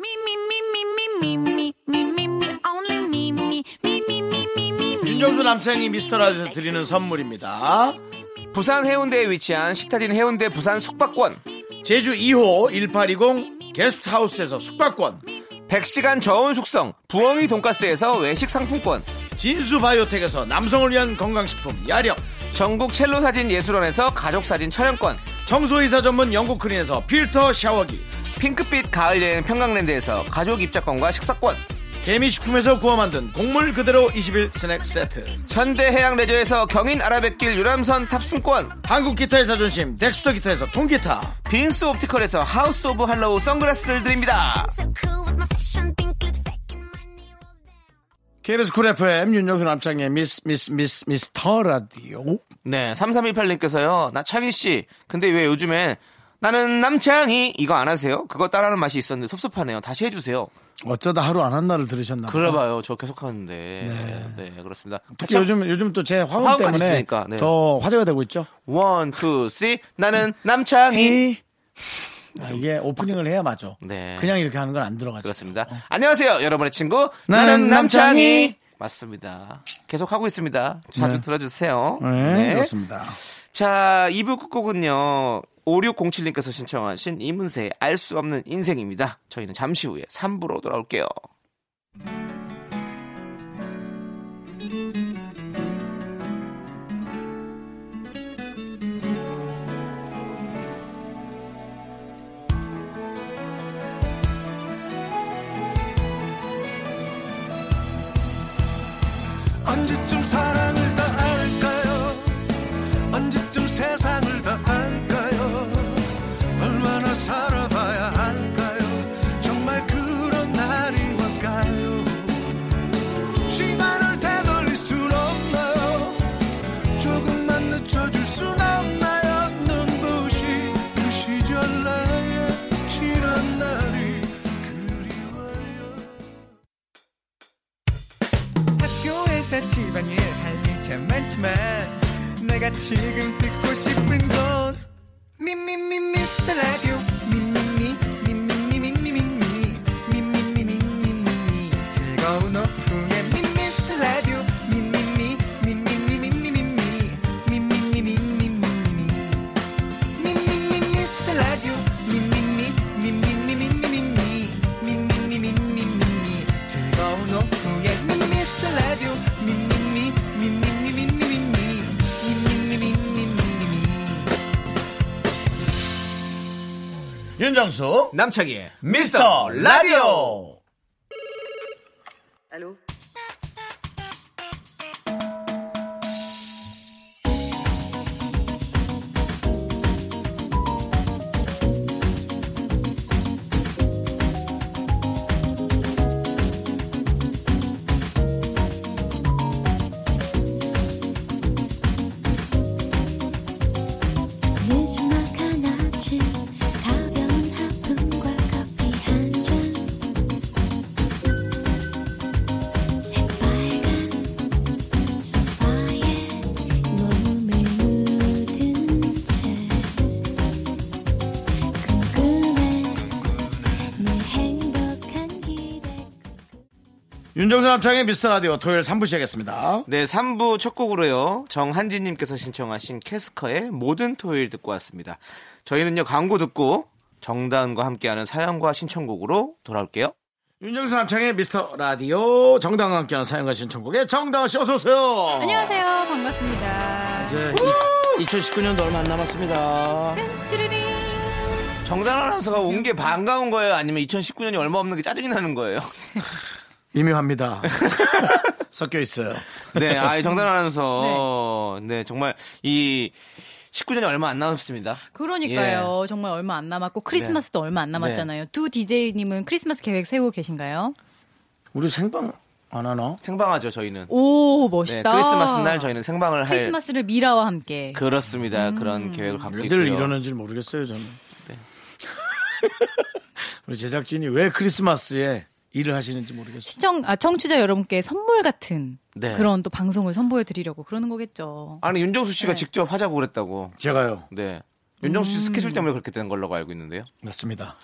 S3: Me, me, me, me, me, me, me, me, me, me, only me, me, me, me, me, me, me, me.
S1: 윤정수 남창이 미스터라디오 드리는 선물입니다.
S2: 부산 해운대에 위치한 시타딘 해운대 부산 숙박권,
S1: 제주 2호 1820 게스트하우스에서 숙박권
S2: 100시간 저온 숙성, 부엉이 돈가스에서 외식 상품권,
S1: 진수 바이오텍에서 남성을 위한 건강식품 야력
S2: 전국 첼로 사진 예술원에서 가족 사진 촬영권,
S1: 청소이사 전문 영국 크린에서 필터 샤워기
S2: 핑크빛 가을 여행 평강랜드에서 가족 입장권과 식사권,
S1: 개미식품에서 구워 만든 곡물 그대로 21 스낵 세트
S2: 현대 해양 레저에서 경인 아라뱃길 유람선 탑승권,
S1: 한국 기타의 자존심 덱스터 기타에서 통기타
S2: 빈스 옵티컬에서 하우스 오브 할로우 선글라스를 드립니다.
S5: So cool with my fashion pink lipstick and my nails
S1: KBS 쿨 FM 윤정수 남창의 미스 미스 미스 미스터 라디오
S2: 네, 3318님께서요. 나 창희 씨. 근데 왜 요즘에 나는 남창희 이거 안 하세요? 그거 따라하는 맛이 있었는데 섭섭하네요. 다시 해주세요.
S1: 어쩌다 하루 안 한 날을 들으셨나 봐요.
S2: 그래봐요. 저 계속 하는데. 네, 그렇습니다.
S1: 특히 요즘 요즘 또 제 화음
S2: 화음까지
S1: 때문에
S2: 있으니까, 네.
S1: 더 화제가 되고 있죠.
S2: 원, 투, 쓰리. 나는 남창희.
S1: 아, 이게 오프닝을 해야 맞아.
S2: 네.
S1: 그냥 이렇게 하는 건 안 들어가죠.
S2: 그렇습니다. 안녕하세요, 여러분의 친구.
S1: 나는
S2: 나는
S1: 남창희.
S2: 남창희. 맞습니다. 계속 하고 있습니다. 자주
S1: 네.
S2: 들어주세요.
S1: 네, 그렇습니다.
S2: 자, 2부 끝곡은요. 5607님께서 신청하신 이문세의 알 수 없는 인생입니다. 저희는 잠시 후에 3부로 돌아올게요.
S7: 언제쯤 사랑을 다 알까요? 언제쯤 세상을 다 알까요? 얼마나 살아봐야 할까요? 정말 그런 날이 올까요? 시간을 되돌릴 순그 없나요? 조금만 늦 참 많지만 내가 지금 듣고 싶은 건 미미미 미스터 라디오 미미미 미미미 미미미 미미미 미미미 즐거운 오후에 미스터 라디오 미미미 미미미 미미미 미미미 미미미
S8: 윤정수
S2: 남창희의
S8: 미스터 라디오
S5: 느지막한 아침 가벼운 하품과 커피 한 잔 새빨간 소파에 몸을 묻은 채 궁금해 늘 행복한 기대
S1: 윤정수 남창의 미스터 라디오 토요일 3부 시작했습니다.
S2: 네, 3부 첫 곡으로요. 정한진님께서 신청하신 캐스커의 모든 토요일 듣고 왔습니다. 저희는요, 광고 듣고 정다은과 함께하는 사연과 신청곡으로 돌아올게요.
S1: 윤정수 남창의 미스터 라디오 정당과 함께하는 사연과 신청곡의 정당원 씨 어서 오세요.
S9: 안녕하세요. 반갑습니다.
S1: 이제 2019년도 얼마 안 남았습니다.
S9: 네. 뚜루링.
S2: 정단 아나운서가 온 게 반가운 거예요? 아니면 2019년이 얼마 없는 게 짜증이 나는 거예요?
S1: 미묘합니다. 섞여 있어요.
S2: 네, 아, 정단 아나운서. 네, 정말 이 19년이 얼마 안 남았습니다.
S9: 그러니까요.
S2: 예.
S9: 정말 얼마 안 남았고 크리스마스도
S2: 네.
S9: 얼마 안 남았잖아요. 두 DJ님은 크리스마스 계획 세우고 계신가요?
S1: 우리 생방 안 하나?
S2: 생방하죠, 저희는. 네,
S9: 오 멋있다.
S2: 크리스마스 날 저희는 생방을 할.
S9: 크리스마스를 음. 미라와 함께.
S2: 그렇습니다. 그런 계획을 갖고 있고요. 네.
S1: 왜들 이러는지 모르겠어요 저는. 우리 제작진이 왜 크리스마스에 일을 하시는지 모르겠어요.
S9: 시청 아 청취자 여러분께 선물 같은
S2: 네.
S9: 그런 또 방송을 선보여 드리려고 그러는 거겠죠.
S2: 아니, 윤정수 씨가
S9: 네.
S2: 직접 하자고 그랬다고.
S1: 제가요.
S2: 네. 윤정수
S9: 음.
S2: 씨 스케줄 때문에 그렇게 된 걸로 알고 있는데요.
S1: 맞습니다.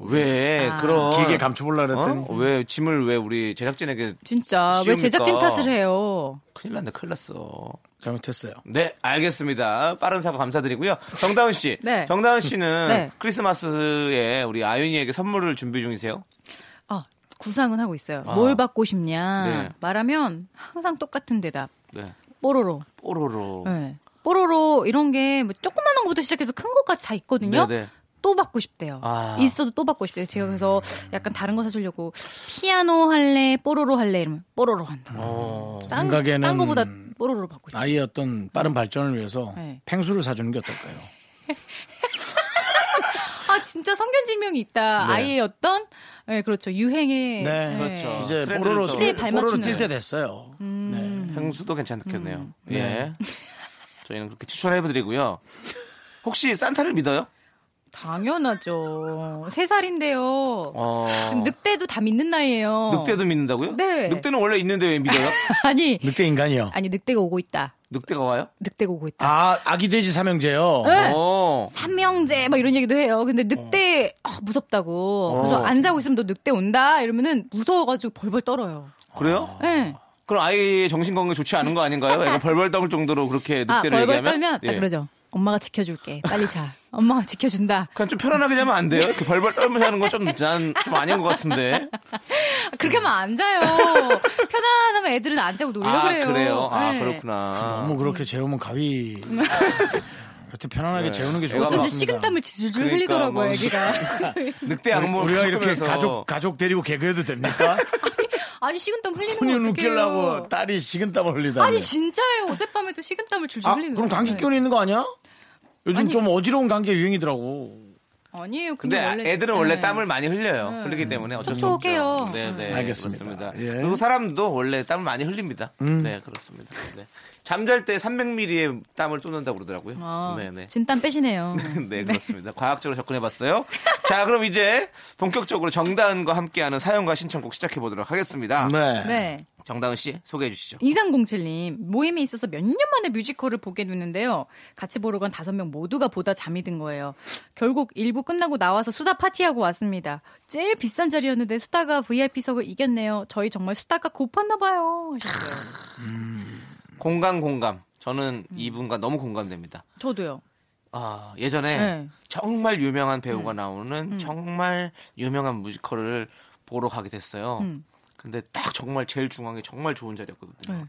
S2: 왜 그런
S1: 길게 감춰보려고 했더니
S2: 아. 어? 왜 짐을 왜 우리 제작진에게
S9: 진짜 왜
S2: 쉬웁니까?
S9: 제작진 탓을 해요?
S2: 큰일 났네 큰일 났어.
S1: 잘못했어요.
S2: 네 알겠습니다. 빠른 사과 감사드리고요. 정다은 씨,
S9: 네.
S2: 정다은 씨는
S9: 네.
S2: 크리스마스에 우리 아윤이에게 선물을 준비 중이세요?
S9: 아 구상은 하고 있어요. 뭘 받고 싶냐
S2: 아. 네.
S9: 말하면 항상 똑같은 대답.
S2: 네.
S9: 뽀로로.
S2: 뽀로로.
S9: 네. 뽀로로 이런 게 뭐 조그만한 것부터 시작해서 큰 것까지 다 있거든요.
S2: 네네.
S9: 또 받고 싶대요.
S2: 아.
S9: 있어도 또 받고 싶대요. 제가 그래서 약간 다른 거 사주려고 피아노 할래, 뽀로로 할래 이러면 뽀로로 한다.
S2: 어,
S9: 딴,
S1: 생각에는
S9: 딴 거보다 뽀로로 받고 싶어요.
S1: 아이의 어떤 빠른 발전을 위해서
S9: 네.
S1: 팽수를 사주는 게 어떨까요?
S9: 아 진짜 성견질명이 있다. 아이의 어떤 네, 그렇죠 유행의
S1: 네.
S2: 그렇죠.
S1: 이제
S2: 트렌드를
S1: 뽀로로
S2: 좀-
S9: 시대에
S1: 뽀로로
S9: 발맞추는. 음.
S1: 뛸 때 됐어요.
S2: 행수도 괜찮겠네요. 예. 저희는 그렇게 추천해드리고요. 혹시 산타를 믿어요?
S9: 당연하죠. 세 살인데요.
S2: 어.
S9: 지금 늑대도 다 믿는 나이에요.
S2: 늑대도 믿는다고요?
S9: 네.
S2: 늑대는 원래 있는데 왜 믿어요?
S1: 네.
S9: 아니
S1: 늑대 인간이요.
S9: 아니 늑대가 오고 있다.
S2: 늑대가 와요?
S9: 늑대가 오고 있다.
S1: 아 아기 돼지 삼형제요.
S9: 네.
S2: 어.
S9: 삼형제 막 이런 얘기도 해요. 근데 늑대 아, 무섭다고. 그래서
S2: 어.
S9: 안 자고 있으면 너 늑대 온다 이러면은 무서워가지고 벌벌 떨어요.
S2: 그래요?
S9: 예.
S2: 그럼 아이의 정신 건강 좋지 않은 거 아닌가요? 애가 벌벌 떨 정도로 그렇게
S9: 아
S2: 늑대를
S9: 벌벌
S2: 얘기하면
S9: 떨면 딱
S2: 예.
S9: 그러죠. 엄마가 지켜줄게. 빨리 자. 엄마가 지켜준다.
S2: 그냥 좀 편안하게 자면 안 돼요? 이렇게 벌벌 떨면서 하는 건좀난좀 아닌 것 같은데.
S9: 아, 그렇게 하면 안 자요. 편안하면 애들은 안 자고 놀려
S2: 아
S9: 그래요.
S2: 그래요? 아
S9: 네.
S2: 그렇구나.
S1: 너무
S9: 음.
S1: 그렇게 재우면 가위. 여태 편안하게
S2: 네.
S1: 재우는 게 좋을 것
S2: 애가 막-
S9: 어쩐지
S1: 같습니다.
S9: 식은땀을 줄줄
S2: 그러니까
S9: 흘리더라고요,
S2: 뭐-
S9: 애기가.
S2: 늑대 뭐 악몽
S1: 우리가 이렇게 가족 가족 데리고 개그해도 됩니까?
S9: 아니, 식은땀 흘리는
S1: 훈이
S9: 거 어떡해요.
S1: 웃기려고 딸이 식은땀을 흘리다.
S9: 아니, 진짜예요. 어젯밤에도 식은땀을 줄줄
S1: 아,
S9: 흘리는
S1: 그럼 감기
S9: 거예요.
S1: 기운이 있는 거 아니야? 요즘
S9: 아니.
S1: 좀 어지러운 감기가 유행이더라고.
S9: 아니에요.
S2: 근데
S9: 근데 원래,
S2: 애들은 원래
S9: 네.
S2: 땀을 많이 흘려요. 흘리기 때문에 어쩔 수 없죠.
S9: 촉촉해요. 음.
S2: 네, 네.
S1: 알겠습니다.
S2: 그렇습니다.
S1: 예. 음.
S2: 그리고 사람도 원래 땀을 많이 흘립니다. 네, 그렇습니다. 네. 잠잘 때 300ml의 땀을 쏟는다고 그러더라고요.
S9: 어,
S2: 네, 네.
S9: 진땀 빼시네요.
S2: 네, 그렇습니다. 과학적으로 접근해봤어요. 자, 그럼 이제 본격적으로 정다은과 함께하는 사연과 신청곡 시작해보도록 하겠습니다.
S1: 네.
S9: 네.
S2: 정다은 씨 소개해 주시죠.
S9: 2307님, 모임에 있어서 몇 년 만에 뮤지컬을 보게 됐는데요. 같이 보러 간 다섯 명 모두가 보다 잠이 든 거예요. 결국 일부 끝나고 나와서 수다 파티하고 왔습니다. 제일 비싼 자리였는데 수다가 VIP석을 이겼네요. 저희 정말 수다가 고팠나봐요. 하셨어요.
S2: 공감 공감. 저는
S9: 음.
S2: 이분과 너무 공감됩니다.
S9: 저도요.
S2: 아, 예전에
S9: 네. 음.
S2: 정말 유명한 배우가 나오는 정말 유명한 뮤지컬을 보러 가게 됐어요.
S9: 음.
S2: 근데 딱 정말 제일 중앙에 정말 좋은 자리였거든요.
S9: 네.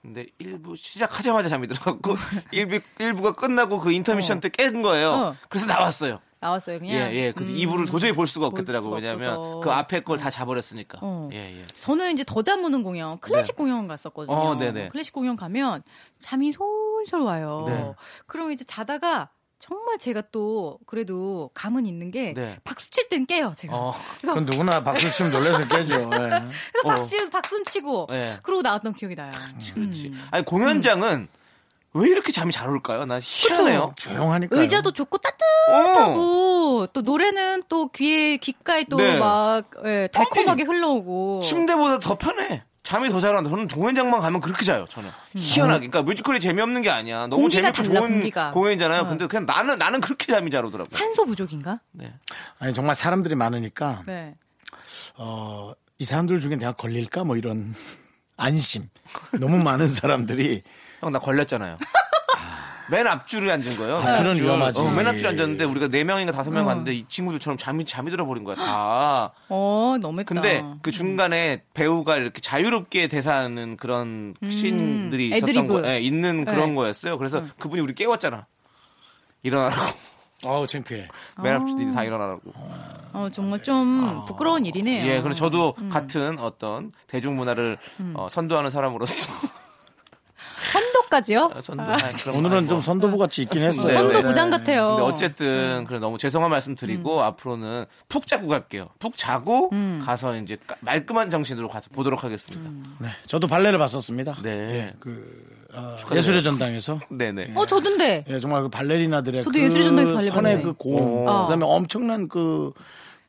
S2: 근데 일부 시작하자마자 잠이 들어갔고 일부일부가 끝나고 그 인터미션 때 깬 거예요.
S9: 음. 어.
S2: 그래서 나왔어요.
S9: 나왔어요, 그냥.
S2: 예, 예. 그래서
S9: 음.
S2: 이부를 도저히 볼 수가
S9: 볼
S2: 없겠더라고요.
S9: 수가
S2: 왜냐면
S9: 없어서.
S2: 그 앞에 걸 다 자버렸으니까.
S9: 어.
S2: 예, 예.
S9: 저는 이제 더 잠오는 공연, 클래식 공연 갔었거든요.
S2: 네. 어, 네네.
S9: 클래식 공연 가면 잠이 솔솔 와요.
S2: 네.
S9: 그럼 이제 자다가 정말 제가 또 그래도 감은 있는 게
S2: 네.
S9: 박수 칠 땐 깨요, 제가.
S2: 어.
S9: 그래서,
S1: 그건 누구나 박수 치면 놀라서 깨죠. 예.
S9: 그래서 박수, 박수 치고
S2: 네.
S9: 그러고 나왔던 기억이 나요.
S2: 그렇지.
S9: 음.
S2: 아니 공연장은 왜 이렇게 잠이 잘 올까요? 나 희한해요.
S1: 어,
S2: 어.
S1: 조용하니까.
S9: 의자도 좋고 따뜻하고 또 노래는 또 귀에 귓가에
S2: 네. 어, 예.
S9: 또 막 예, 달콤하게 흘러오고
S2: 침대보다 더 편해. 잠이 더 잘 온다. 저는 공연장만 가면 그렇게 자요. 저는 희한하게. 그러니까 뮤지컬이 재미없는 게 아니야. 너무
S9: 공기가
S2: 재밌고
S9: 달라,
S2: 좋은
S9: 공기가. 어.
S2: 공연이잖아요. 근데 그냥 나는 나는 그렇게 잠이 잘 오더라고. 요
S9: 산소 부족인가?
S1: 아니 정말 사람들이 많으니까
S9: 네.
S1: 어, 이 사람들 중에 내가 걸릴까 뭐 이런 안심. 너무 많은 사람들이
S2: 형 나 걸렸잖아요. 아, 맨 앞줄에 앉은 거예요.
S1: 앞줄은 위험하지.
S2: 어, 맨 앞줄에 앉았는데 우리가 네 명인가 다섯 명 갔는데 이 친구들처럼 잠이 잠이 들어버린 거야. 다.
S9: 어 너무했다.
S2: 근데 그 중간에 배우가 이렇게 자유롭게 대사하는 그런 씬들이 있었던
S9: 음. 애드리브.
S2: 거, 예, 있는 그런
S9: 네.
S2: 거였어요. 그래서 그분이 우리 깨웠잖아. 일어나라고.
S1: 어우 창피해.
S2: 맨 앞줄들이 아. 다 일어나라고.
S9: 어, 정말 좀 부끄러운 일이네요.
S2: 아. 예, 그래서 저도 같은 어떤 대중문화를
S9: 음.
S2: 어, 선도하는 사람으로서
S9: 선도까지요?
S2: 선도. 아, 그런 거
S1: 오늘은
S2: 아니고.
S1: 좀 선도부 같이 있긴 했어요.
S2: 네,
S9: 선도
S2: 네.
S9: 부장 같아요.
S2: 근데
S9: 음.
S2: 어쨌든 그래 너무 죄송한 말씀 드리고 앞으로는 푹 자고 갈게요. 푹 자고
S9: 음.
S2: 가서 이제 까- 말끔한 정신으로 가서 보도록 하겠습니다.
S1: 네, 저도 발레를 봤었습니다.
S2: 네.
S1: 그 어, 예술의 전당에서
S2: 네, 네.
S9: 어 저던데.
S1: 예, 정말 그 발레리나들의
S9: 저도
S1: 그
S9: 예술의 전당에서 발레
S1: 선의
S9: 봤네.
S1: 그 고음,
S9: 어.
S1: 그다음에 엄청난 그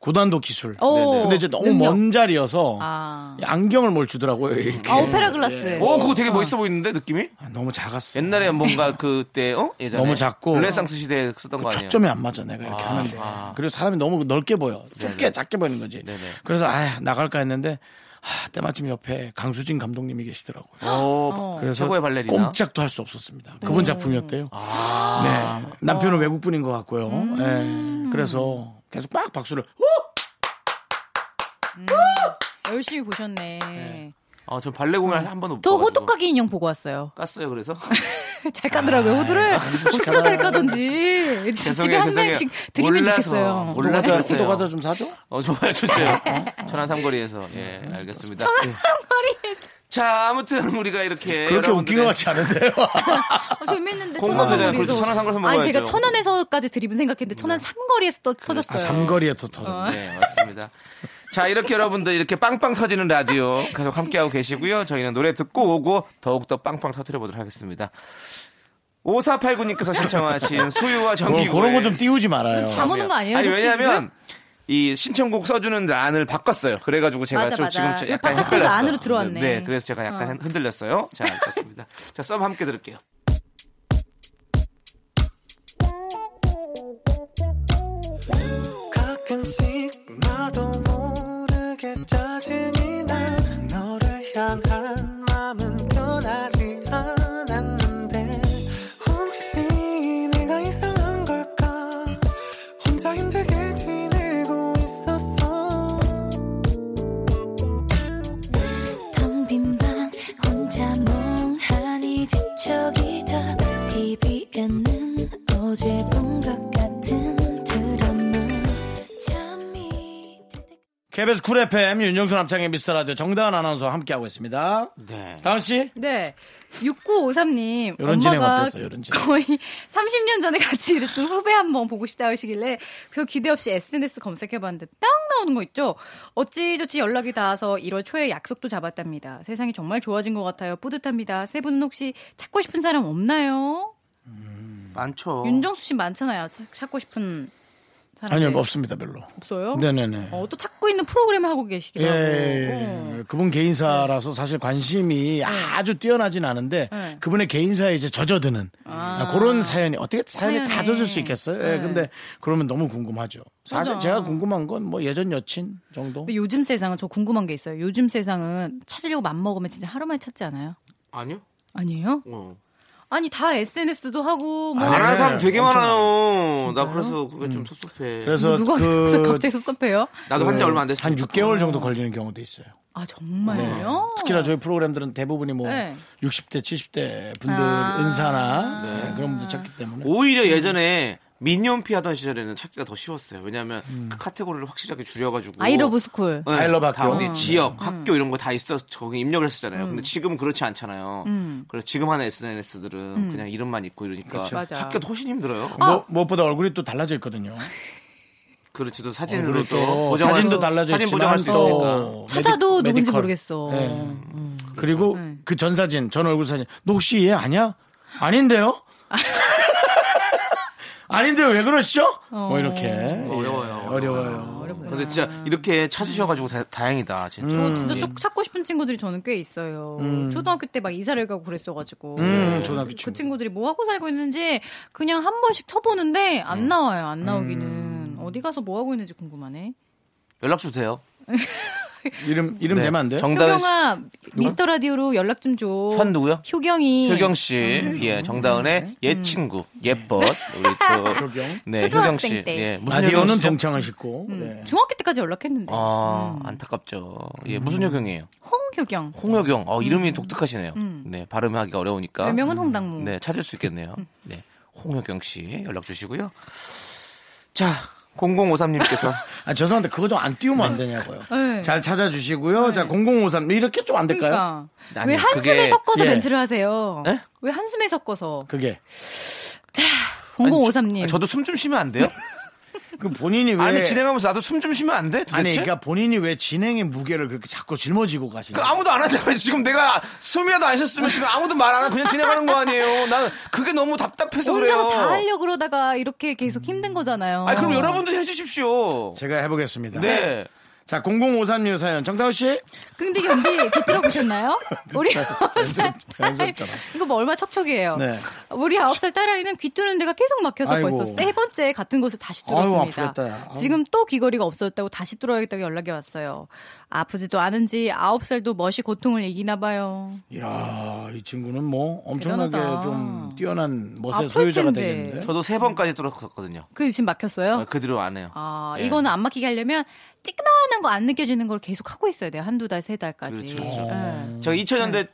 S1: 고단도 기술.
S9: 어.
S2: 네네.
S1: 근데 이제 너무
S9: 능력.
S1: 먼 자리여서
S9: 아.
S1: 이 안경을 뭘 주더라고요. 이렇게.
S2: 예.
S9: 아 오페라 글라스.
S1: 예.
S2: 어, 그거 되게 멋있어 보이는데 느낌이?
S1: 아, 너무 작았어.
S2: 옛날에 뭔가 그때 어? 예전에
S1: 너무 작고. 그
S2: 르네상스 시대에 쓰던 거뭐 아니에요?
S1: 초점이 안 맞아 내가 이렇게 하는데 그리고 사람이 너무 넓게 보여 좁게 작게 보이는 거지
S2: 네네.
S1: 그래서 아 나갈까 했는데 아, 때마침 옆에 강수진 감독님이 계시더라고요
S9: 어.
S2: 오,
S1: 그래서
S2: 어, 아, 최고의 발레리나.
S1: 꼼짝도 할 수 없었습니다 그분 작품이었대요
S2: 아.
S1: 네 남편은
S9: 어.
S1: 외국분인 것 같고요
S9: 음.
S1: 네, 그래서 계속 막 박수를 어? 오!
S9: 열심히 보셨네.
S2: 아, 저 발레 공연 한 번도 못
S9: 어. 저
S2: 봐가지고.
S9: 호두까기 인형 보고 왔어요.
S2: 깠어요, 그래서.
S9: 잘
S2: 아,
S9: 까더라고요. 호두를 어떻게 잘 까던지 집에
S2: 죄송해요,
S9: 한
S2: 죄송해요.
S9: 명씩 드리면
S2: 몰라서,
S9: 좋겠어요.
S2: 몰라- 몰라서
S1: 호두
S2: 그랬어요.
S1: 호두 과자 뭐 좀 사줘
S2: 어, 좋아요, 좋죠. 천안 삼거리에서. 예, 알겠습니다. 예.
S9: 머리에서
S2: 자, 아무튼 우리가 이렇게.
S1: 그렇게 웃긴 것 같지 않은데요
S9: 어, 재밌는데
S2: 공감이 돼요.
S9: 천안 삼거리에서
S2: 그렇죠. 네. 천안 삼거리에서
S9: 아니 제가
S2: 먹어야죠.
S9: 천안에서까지 드립은 생각했는데 천안 삼거리에서 또
S1: 아,
S9: 터졌어요.
S1: 삼거리에 또 터졌네
S2: 네, 맞습니다. 자, 이렇게 여러분들 이렇게 빵빵 터지는 라디오 계속 함께하고 계시고요. 저희는 노래 듣고 오고 더욱더 빵빵 터트려보도록 하겠습니다. 5489님께서 신청하신 소유와
S1: 뭐 그런-
S2: 정기구.
S1: 그런 거 좀 띄우지 말아요
S9: 잠 오는 거 아니에요?
S2: 아니,
S9: 혹시
S2: 왜냐면 이 신청곡 써주는 란을 바꿨어요. 그래가지고 제가
S9: 맞아,
S2: 좀
S9: 맞아.
S2: 지금
S9: 이거
S2: 약간
S9: 바깥에가
S2: 헷갈렸어요.
S9: 안으로 들어왔네.
S2: 네, 그래서 제가 약간 흔들렸어요. 자, 알겠습니다. 자, 썸 함께 들을게요.
S4: 가끔씩 나도 모르게 짜증이 나 너를 향한 마음은 변하지 않았는데 혹시 내가 이상한 걸까 혼자 힘들게 지내고 있었어
S5: 텅 빈 방 혼자 멍하니 뒤척이다 TV에는 어제 본 것 같은 드라마 잠이 들 때-
S1: KBS 쿨 FM 윤정수 남창의 미스터 라디오 정다은 아나운서와 함께하고 있습니다.
S2: 네.
S1: 다은 씨
S9: 네. 6953님.
S1: 요런 진행
S9: 엄마가
S1: 어땠어요, 요런 진행?
S9: 거의 30년 전에 같이 일했던 후배 한 번 보고 싶다 하시길래 별 기대 없이 SNS 검색해봤는데 딱 나오는 거 있죠? 어찌저찌 연락이 닿아서 1월 초에 약속도 잡았답니다. 세상이 정말 좋아진 것 같아요. 뿌듯합니다. 세 분은 혹시 찾고 싶은 사람 없나요?
S2: 많죠.
S9: 윤정수 씨 많잖아요. 찾- 찾고 싶은 사람들?
S1: 어. 아니요, 뭐 없습니다, 별로.
S9: 없어요?
S1: 네네네.
S9: 어, 또 찾고 있는 프로그램을 하고 계시기도
S1: 예,
S9: 하고.
S1: 예,
S9: 어.
S1: 예. 그분 개인사라서 사실 관심이 아주 뛰어나진 않은데
S9: 네.
S1: 그분의 개인사에 이제 젖어드는
S9: 아.
S1: 그런 사연이 어떻게 사연이 다
S9: 사연이.
S1: 젖을 수 있겠어요? 예,
S9: 네.
S1: 근데 그러면 너무 궁금하죠. 사실
S9: 맞아.
S1: 제가 궁금한 건 뭐 예전 여친 정도?
S9: 근데 요즘 세상은 저 궁금한 게 있어요. 요즘 세상은 찾으려고 맘 먹으면 진짜 하루 만에 찾지 않아요?
S2: 아니요.
S9: 아니에요?
S2: 어.
S9: 아니 다 SNS도 하고 뭐
S1: 아,
S2: 안 하는
S1: 네,
S2: 사람 되게
S1: 엄청
S2: 많아요. 나 그래서 그게 좀 섭섭해.
S1: 그래서
S9: 누가
S1: 그
S9: 갑자기 섭섭해요?
S2: 나도 네, 한지 얼마 안 됐어.
S1: 한 6개월 정도 걸리는 경우도 있어요.
S9: 아 정말요?
S1: 네. 특히나 저희 프로그램들은 대부분이 뭐
S9: 어. 네.
S1: 60대, 70대 분들
S9: 아.
S1: 은사나 네, 그런 분들 찾기 때문에
S2: 오히려 예전에 민연피 하던 시절에는 찾기가 더 쉬웠어요. 왜냐하면 그 카테고리를 확실하게 줄여가지고
S9: 아이러브 스쿨.
S2: 네,
S1: 아이러브
S2: 다
S1: 학교.
S2: 어디
S1: 음.
S2: 지역, 학교 이런 거 다 있어 서 거기 입력을 했었잖아요. 근데 지금은 그렇지 않잖아요.
S1: 음.
S2: 그래서 지금 하는 SNS들은 그냥 이름만 있고 이러니까
S9: 맞아요.
S2: 찾기가 훨씬 힘들어요.
S1: 뭐, 무엇보다 얼굴이 또 달라져 있거든요.
S2: 그렇지 또
S1: 얼굴이
S2: 사진으로
S1: 또
S2: 또 보정할
S1: 어, 그렇죠. 사진도
S2: 수-
S1: 달라져
S2: 사진
S1: 있지만
S2: 보정할 수
S1: 또
S2: 있으니까.
S1: 메디-
S9: 찾아도 누군지
S1: 메디컬.
S9: 모르겠어. 음, 네.
S1: 네. 그리고 그 전 사진, 전 얼굴 사진. 너 혹시 얘 아니야? 아닌데요? 아닌데요? 왜 그러시죠?
S9: 어.
S1: 뭐 이렇게
S2: 어려워요.
S1: 예, 어려워요.
S2: 근데 진짜 이렇게 찾으셔가지고 다, 행이다 진짜.
S1: 음.
S2: 예.
S9: 저 진짜 쫓- 찾고 싶은 친구들이 저는 꽤 있어요. 초등학교 때 막 이사를 가고 그랬어가지고
S1: 음, 초등학교 친구.
S9: 그 친구들이 뭐 하고 살고 있는지 그냥 한 번씩 쳐보는데
S1: 음.
S9: 안 나와요. 안 나오기는 어디 가서 뭐 하고 있는지 궁금하네.
S2: 연락 주세요.
S1: 이름 이름
S2: 네.
S1: 되면 안 돼요?
S2: 정다은 씨,
S9: 효경아 미스터 라디오로 연락 좀 줘.
S2: 현 누구요?
S9: 효경이
S2: 효경 씨,
S1: 음.
S2: 예, 정다은의 옛 친구, 예뻤 우리 또
S1: 효경.
S2: 네,
S9: 초등학생
S2: 효경 씨,
S9: 때.
S2: 예, 무슨
S1: 라디오는
S2: 효경이시죠?
S1: 동창을 음. 싣고
S9: 음.
S1: 네.
S9: 중학교 때까지 연락했는데
S2: 아, 안타깝죠. 예, 무슨
S1: 음.
S2: 효경이에요?
S9: 홍효경
S2: 홍효경. 어, 이름이 독특하시네요. 네, 발음하기가 어려우니까.
S9: 음. 별명은 음. 홍당무.
S2: 네, 찾을 수 있겠네요. 네, 홍효경 씨 연락 주시고요. 자, 0053님께서
S1: 아 죄송한데 그거 좀 안 띄우면 안 되냐고요.
S9: 네.
S1: 잘 찾아주시고요. 자 0053. 이렇게 좀 안 될까요?
S9: 그러니까
S2: 아니,
S9: 왜 한숨에
S2: 그게-
S9: 섞어서
S1: 예.
S9: 멘트를 하세요?
S2: 예?
S9: 왜 한숨에 섞어서?
S1: 그게
S9: 0053님.
S2: 아, 저도 숨 좀 쉬면 안 돼요?
S1: 그 본인이 왜
S2: 아니 진행하면서 나도 숨 좀 쉬면 안 돼? 도대체?
S1: 아니, 그러니까 본인이 왜 진행의 무게를 그렇게 자꾸 짊어지고 가시는
S2: 그 아무도 안 하잖아요. 지금 내가 숨이라도 안 쉬었으면 지금 아무도 말 안 하고 그냥 진행하는 거 아니에요. 나는 그게 너무 답답해서
S9: 혼자서
S2: 그래요.
S9: 다 하려 어. 고 그러다가 이렇게 계속 힘든 거잖아요.
S2: 아니 그럼 여러분도 해주십시오.
S1: 제가 해보겠습니다.
S2: 네.
S1: 자 0053님 사연 정다우 씨.
S9: 근데 연비 귀 들어보셨나요? 우리 아홉 살
S1: 자연스럽잖아.
S9: 이거 뭐 얼마 척척이에요.
S1: 네.
S9: 우리 아홉 살 딸아이는 귀 뚫는 데가 계속 막혀서
S1: 아이고.
S9: 벌써 세 번째 같은 곳을 다시
S1: 아유,
S9: 뚫었습니다.
S1: 아프겠다, 야. 아유.
S9: 지금 또 귀걸이가 없어졌다고 다시 뚫어야겠다고 연락이 왔어요. 아프지도 않은지 아홉 살도 멋이 고통을 이기나 봐요.
S1: 이야 이 친구는 뭐 엄청나게
S9: 대단하다.
S1: 좀 뛰어난 멋의
S9: 아플
S1: 소유자가
S9: 텐데.
S1: 되겠는데.
S2: 저도 세 번까지 뚫었거든요.
S9: 그 지금 막혔어요?
S2: 그 뒤로 안 해요.
S9: 아,
S2: 예.
S9: 이거는 안 막히게 하려면 찌그만한 거 안 느껴지는 걸 계속 하고 있어야 돼요. 한두 달, 세 달까지.
S2: 그렇죠, 그렇죠.
S9: 예.
S2: 제가 2000년대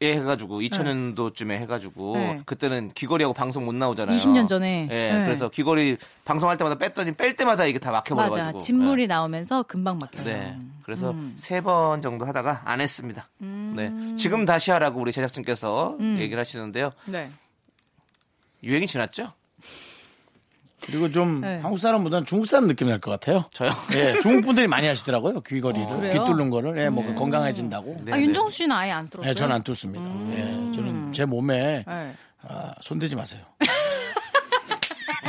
S2: 에 해가지고 2000년도쯤에 해가지고
S9: 네.
S2: 그때는 귀걸이하고 방송 못 나오잖아요.
S9: 20년 전에.
S2: 예,
S9: 네.
S2: 그래서 귀걸이 방송할 때마다 뺐더니 뺄 때마다 이게 다 막혀버려가지고.
S9: 맞아.
S1: 예.
S9: 진물이 음. 나오면서 금방 막혀요.
S2: 네. 그래서 세 번 정도 하다가 안 했습니다.
S9: 음.
S2: 네. 지금 다시 하라고 우리 제작진께서 얘기를 하시는데요.
S9: 네.
S2: 유행이 지났죠?
S1: 그리고 좀
S9: 네.
S1: 한국 사람보다는 중국 사람 느낌이 날 것 같아요.
S2: 저요?
S1: 예, 중국 분들이 많이 하시더라고요. 귀걸이를 귀
S9: 그래요?
S1: 뚫는 거를 예, 뭐그 건강해진다고.
S2: 네,
S9: 아,
S2: 네.
S9: 윤정수 씨는 아예 안 들었어요.
S1: 예, 저는 안 뚫습니다. 예, 저는 제 몸에
S9: 네.
S1: 아, 손대지 마세요.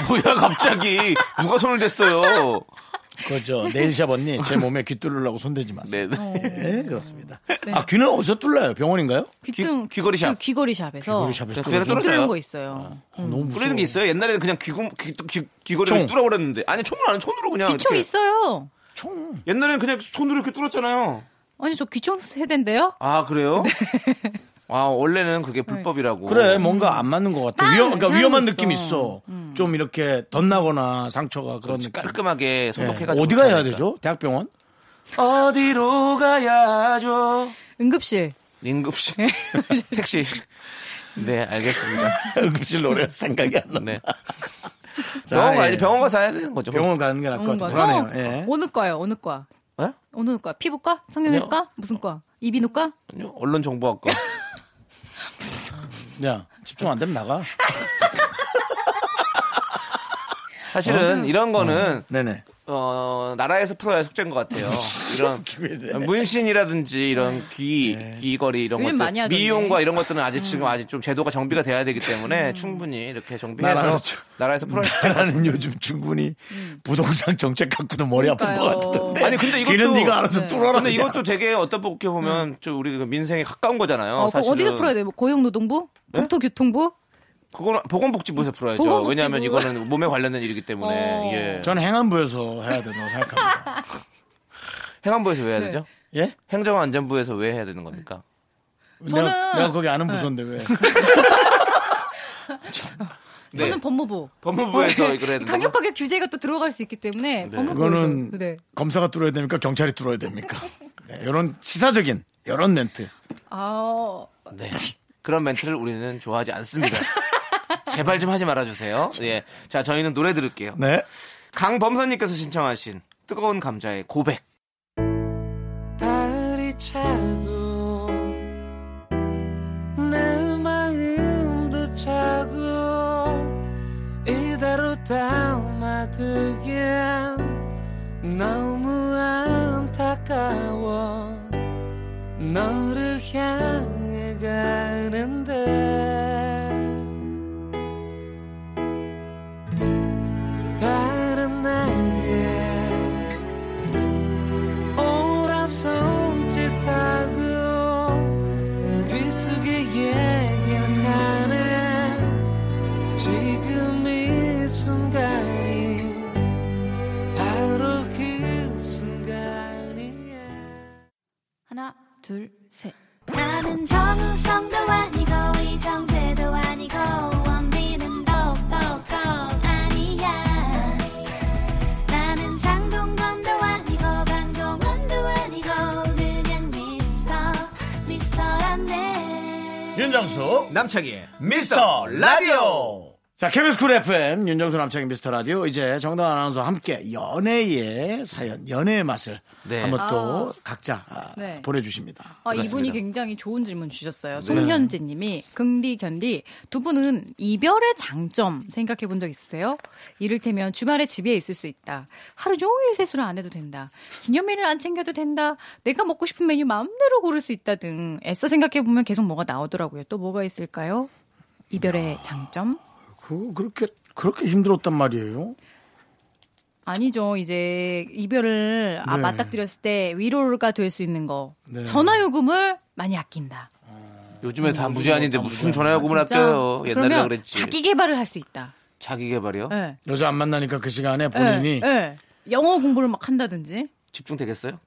S2: 뭐야 갑자기 누가 손을 댔어요?
S1: 그저 네일샵 언니 제 몸에 귀 뚫으려고 손대지 마세요.
S2: 네. 네.
S9: 어.
S1: 예, 그렇습니다. 아 귀는 어디서 뚫려요? 병원인가요?
S9: 귀뜸
S2: 귀- 귀걸이샵.
S9: 그 귀걸이샵에서
S1: 귀걸이샵에
S2: 제가
S1: 뚫어요.
S2: 그래서 뚫었어요.
S9: 뚫는 거 있어요.
S1: 어, 너무 무서워.
S2: 뿌리는 게 있어요. 옛날에는 그냥 귀금 귀, 귀, 귀걸이를
S1: 총.
S2: 뚫어버렸는데 아니 총을 안 손으로 그냥
S9: 귀총
S2: 이렇게.
S9: 있어요.
S1: 총.
S2: 옛날에는 그냥 손으로 이렇게 뚫었잖아요.
S9: 아니 저 귀총 세대인데요.
S2: 아 그래요? 아 원래는 그게 불법이라고.
S1: 네. 그래 뭔가 안 맞는 것 같아. 위험, 그러니까
S9: 이렇게
S1: 위험한
S9: 하는
S1: 느낌
S9: 거
S1: 이 있어. 좀 이렇게 덧나거나 상처가 그런
S2: 그렇지,
S1: 느낌.
S2: 깔끔하게
S1: 예,
S2: 소독해가지고.
S1: 그러니까. 어디 가야
S2: 하니까.
S1: 되죠? 대학병원?
S2: 어디로 가야죠?
S9: 응급실.
S2: 임급실
S1: 네.
S2: 택시. 네 알겠습니다.
S1: 응급실 노래 생각이 안 나.
S2: 네.
S1: 자,
S2: 병원 가
S1: 예.
S2: 야 병원 가서 해야 되는 거죠.
S1: 병원 가는 게 나을 것
S9: 어느
S1: 같아.
S9: 과요?
S1: 불안해요. 예.
S9: 어느 과요? 어느 과?
S2: 예?
S9: 어느 과? 피부과? 성형외과?
S2: 어?
S9: 무슨 과? 이비인후과?
S2: 아니요, 언론정보학과.
S1: 야 집중 안 되면 나가.
S2: 사실은 이런 거는
S1: 네네.
S2: 어, 나라에서 풀어야 숙제인 것 같아요. 이런 문신이라든지
S1: 네.
S2: 이런 귀 귀걸이 이런
S9: 요즘 많이
S2: 것들
S9: 하던데. 음.
S2: 미용과 이런 것들은 아직 지금 아직 좀 제도가 정비가 돼야 되기 때문에 충분히 이렇게
S1: 난
S2: 정비해서
S1: 알았죠.
S2: 나라에서
S1: 네.
S2: 풀어야
S1: 나라는 요즘 충분히 부동산 정책 갖고도 머리 아픈 것
S9: 그러니까요.
S1: 같던데.
S2: 아니 근데 이것도
S1: 귀는 네가 알아서
S9: 네. 음.
S1: 뚫어라.
S2: 근데
S1: 그냥.
S2: 이것도 되게 어떻게 보면 좀 우리 그 민생에 가까운 거잖아요.
S9: 어, 그거
S2: 사실은. 네?
S9: 어디서 풀어야 돼요? 고용노동부? 국토교통부?
S2: 그거는 보건복지부에서 풀어야죠.
S9: 보건복지부.
S2: 왜냐하면 이거는 몸에 관련된 일이기 때문에
S9: 어.
S2: 예.
S1: 저는 행안부에서 해야 된다고 생각합니다.
S2: 행안부에서
S9: 네.
S2: 왜 해야 되죠?
S1: 예?
S2: 행정안전부에서 왜 해야 되는 겁니까?
S1: 저는... 내가,
S9: 저는-
S1: 내가 거기 아는 부서인데 왜?
S2: 네.
S9: 저는 법무부.
S2: 법무부에서 이걸 해야 된다.
S9: 어. 강력하게 규제가 또 들어갈 수 있기 때문에 법무부에서.
S1: 그거는
S9: 네.
S1: 검사가 뚫어야 됩니까? 경찰이 뚫어야 됩니까? 네, 이런 시사적인 이런 멘트.
S9: 아,
S2: 네. 그런 멘트를 우리는 좋아하지 않습니다. 제발 좀 하지 말아주세요. 예. 자, 저희는 노래 들을게요.
S1: 네.
S2: 강범선님께서 신청하신 뜨거운 감자의 고백.
S4: 달이 차고 내 마음도 차고 이대로 담아두기엔 너무 안타까워 너를 향해 가는데 다른 나에게 오라 손짓하고 비수기 얘기를 하네 지금 이 순간이 바로 그 순간이야
S9: 하나, 둘, 셋.
S5: 나는 정우성도 아니고 이정재도 아니고 원빈은 더욱더 아니야 나는 장동건도 아니고 강동원도 아니고 그냥 미스터 미스터란데
S8: 윤정수
S2: 남창희의
S8: 미스터 라디오
S1: 자, KBS 쿨 FM 윤정수 남창희 미스터 라디오 이제 정다은 아나운서와 함께 연애의 사연, 연애의 맛을
S2: 네.
S1: 한번 또 각자 아,
S9: 네.
S1: 보내주십니다.
S9: 아,
S2: 그렇습니다. 네.
S9: 이분이 굉장히 좋은 질문 주셨어요. 송현진 님이, 긍디, 견디, 두 분은 이별의 장점 생각해 본 적 있으세요? 이를테면 주말에 집에 있을 수 있다. 하루 종일 세수를 안 해도 된다. 기념일을 안 챙겨도 된다. 내가 먹고 싶은 메뉴 마음대로 고를 수 있다 등 애써 생각해 보면 계속 뭐가 나오더라고요. 또 뭐가 있을까요? 이별의
S2: 아.
S9: 장점?
S1: 그, 그렇게, 그렇게 힘들었단 말이에요.
S9: 아니죠. 이제 이별을 아,
S1: 네.
S9: 맞닥뜨렸을 때 위로가 될 수 있는 거.
S1: 네.
S9: 전화 요금을 많이 아낀다.
S2: 요즘에 다 무제한인데 무슨 전화요금을
S9: 진짜?
S2: 아껴요. 옛날에
S9: 그러면
S2: 그랬지.
S9: 자기 개발을 할 수 있다.
S2: 자기 개발이요?
S9: 예.
S1: 여자 안 만나니까 그 시간에 본인이
S9: 예, 예. 영어 공부를 막 한다든지.
S2: 집중되겠어요?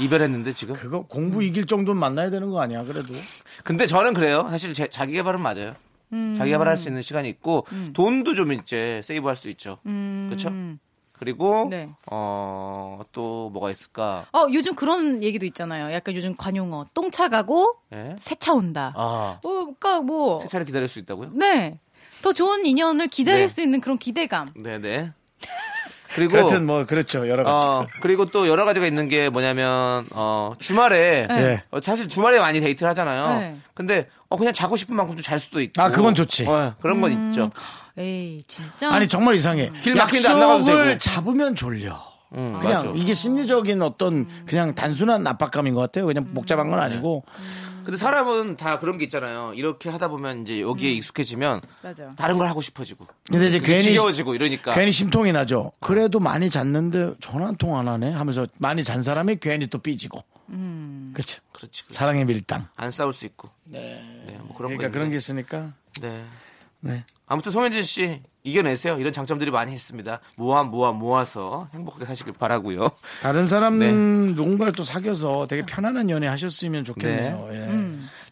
S2: 이별했는데 지금?
S1: 그거 공부 이길 정도는 만나야 되는 거 아니야, 그래도.
S2: 근데 저는 그래요. 사실 제- 자기 개발은 맞아요.
S1: 음.
S2: 자기 개발할 수 있는 시간이 있고 돈도 좀 이제 세이브할 수 있죠.
S1: 음.
S9: 음.
S2: 그렇죠? 그리고
S9: 네.
S2: 어, 또 뭐가 있을까?
S9: 어, 요즘 그런 얘기도 있잖아요. 약간 요즘 관용어. 똥차 가고
S2: 예?
S9: 새차 온다.
S2: 아,
S9: 어, 그러니까 뭐
S2: 세차를 기다릴 수 있다고요?
S9: 네. 더 좋은 인연을 기다릴
S2: 네.
S9: 수 있는 그런 기대감.
S2: 네네. 그리고
S1: 하여튼 뭐, 그렇죠. 여러 가지.
S2: 어, 그리고 또 여러 가지가 있는 게 뭐냐면 어, 주말에
S1: 네.
S2: 어, 사실 주말에 많이 데이트를 하잖아요.
S9: 네.
S2: 근데 어, 그냥 자고 싶은 만큼 좀 잘 수도 있고.
S1: 아, 그건 좋지.
S2: 어, 그런 건
S1: 음.
S2: 있죠.
S9: 에이, 진짜.
S1: 아니, 정말 이상해.
S2: 음. 길 막히는데 안 나가도
S1: 약속을
S2: 되고.
S1: 잡으면 졸려.
S2: 음,
S1: 그냥
S2: 맞죠.
S1: 이게 심리적인 어떤 그냥 단순한 압박감인 것 같아요. 그냥 복잡한 건 아니고.
S2: 근데 사람은 다 그런 게 있잖아요. 이렇게 하다 보면 이제 여기에 익숙해지면
S9: 음. 맞아요.
S2: 다른 걸 하고 싶어지고.
S1: 근데 이제
S2: 그게
S1: 괜히
S2: 지겨워지고 이러니까.
S1: 괜히 심통이 나죠. 그래도 많이 잤는데 전화 한 통 안 하네 하면서 많이 잔 사람이 괜히 또 삐지고. 그렇죠.
S2: 그렇지, 그렇지.
S1: 사랑의 밀당.
S2: 안 싸울 수 있고. 네. 뭐 그런
S1: 그러니까
S2: 거.
S1: 그런 게
S2: 있는데.
S1: 있으니까.
S2: 네.
S1: 네.
S2: 아무튼 송현진 씨 이겨내세요. 이런 장점들이 많이 있습니다. 모아 모아 모아서 행복하게 사시길 바라고요.
S1: 다른 사람
S2: 네.
S1: 누군가를 또 사귀어서 되게 편안한 연애 하셨으면 좋겠네요. 예.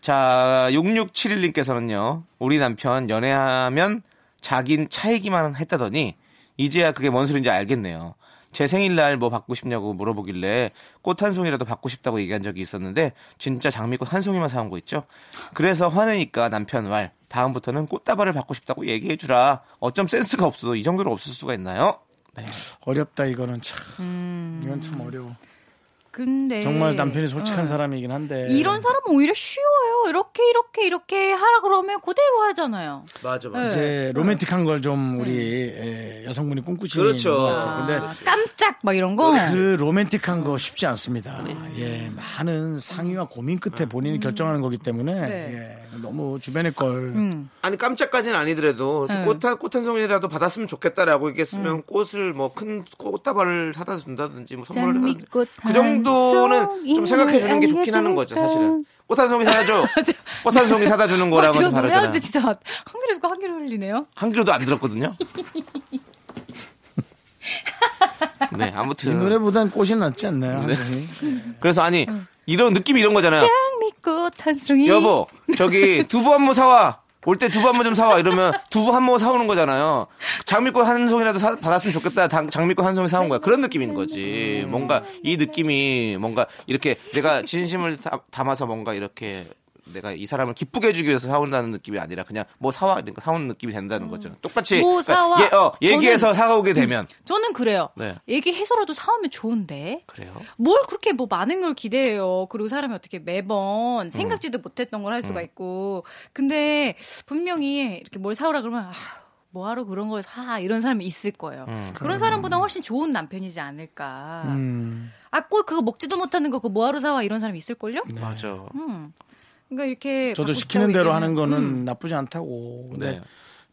S2: 자, 6671님께서는요, 우리 남편 연애하면 자긴 차이기만 했다더니, 이제야 그게 뭔 소린지 알겠네요. 제 생일날 뭐 받고 싶냐고 물어보길래 꽃 한 송이라도 받고 싶다고 얘기한 적이 있었는데 진짜 장미꽃 한 송이만 사온 거 있죠. 그래서 화내니까 남편 왈 다음부터는 꽃다발을 받고 싶다고 얘기해 주라. 어쩜 센스가 없어도 이 정도로 없을 수가 있나요? 네.
S9: 음.
S1: 어렵다 이거는 참. 이건 참 어려워.
S9: 근데
S1: 정말 남편이 솔직한
S9: 네. 어.
S1: 사람이긴 한데
S9: 이런 사람은 오히려 쉬워요. 이렇게 이렇게 이렇게 하라 그러면 그대로 하잖아요.
S8: 맞아,
S9: 네.
S8: 맞아.
S1: 이제 로맨틱한 걸 좀 우리 예, 여성분이 꿈꾸시는
S8: 그렇죠.
S1: 것 같아요. 근데
S9: 깜짝 막 이런 거.
S1: 그 로맨틱한 거 쉽지 않습니다.
S9: 네.
S1: 예, 많은 상의와 고민 끝에 본인이 결정하는 거기 때문에
S9: 음. 네. 음.
S1: 예, 너무 주변의 걸
S2: 아니 깜짝까지는 아니더라도
S9: 응.
S2: 꽃한 꽃한 송이라도 받았으면 좋겠다라고 얘기했으면
S9: 네.
S2: 꽃을 뭐 큰 꽃다발을 사다 준다든지 뭐 선물을 하든지
S9: 장미꽃
S2: 그 정도는 좀
S9: 송이를
S2: 생각해 주는 게 좋긴
S9: 알려줄까?
S2: 하는 거죠 사실은 꽃 한 송이 사다 줘 꽃 한 송이 사다 주는
S9: 아, 제가
S2: 거라고는 다르잖아요
S9: 노래하는데 진짜 한 귀로 듣고 한 귀로 흘리네요.
S2: 한 귀로도 안 들었거든요 네
S1: 이
S2: 아무튼
S1: 노래보단 꽃이 낫지 않나요?
S8: 네.
S1: 한 분이?
S9: 네.
S2: 그래서 아니 이런 느낌이 이런 거잖아요
S9: 장미꽃 한 송이.
S2: 여보 저기 두부 한 모 사와 올 때 두부 한 모 좀 사와 이러면 두부 한 모 사오는 거잖아요 장미꽃 한 송이라도 사- 받았으면 좋겠다 당- 장미꽃 한 송이 사온 거야 그런 느낌인 거지 뭔가 이 느낌이 뭔가 이렇게 내가 진심을 다- 담아서 뭔가 이렇게 내가 이 사람을 기쁘게 해주기 위해서 사온다는 느낌이 아니라 그냥 뭐 사와 그러니까 사온 느낌이 된다는 거죠 똑같이
S9: 뭐 사와. 음.
S2: 예, 어, 얘기해서 사오게 되면
S9: 저는 그래요.
S2: 네.
S9: 얘기해서라도 사오면 좋은데.
S2: 그래요
S9: 뭘 그렇게 뭐 많은 걸 기대해요. 그리고 사람이 어떻게 매번 생각지도
S2: 음.
S9: 못했던 걸 할 수가 있고. 근데 분명히 이렇게 뭘 사오라 그러면 아, 뭐하러 그런 걸 사. 이런 사람이 있을 거예요.
S2: 음,
S9: 그런 사람보다 훨씬 좋은 남편이지 않을까.
S1: 음.
S9: 아, 꼭 그거 먹지도 못하는 거 그거 뭐하러 사와 이런 사람이 있을걸요?
S2: 맞아
S9: 그러니까 이렇게.
S1: 네. 저도
S9: 바꿔
S1: 시키는
S9: 붙잡고
S1: 대로
S9: 얘기하면-
S1: 하는 거는
S9: 음,
S1: 나쁘지 않다고. 근데
S2: 네.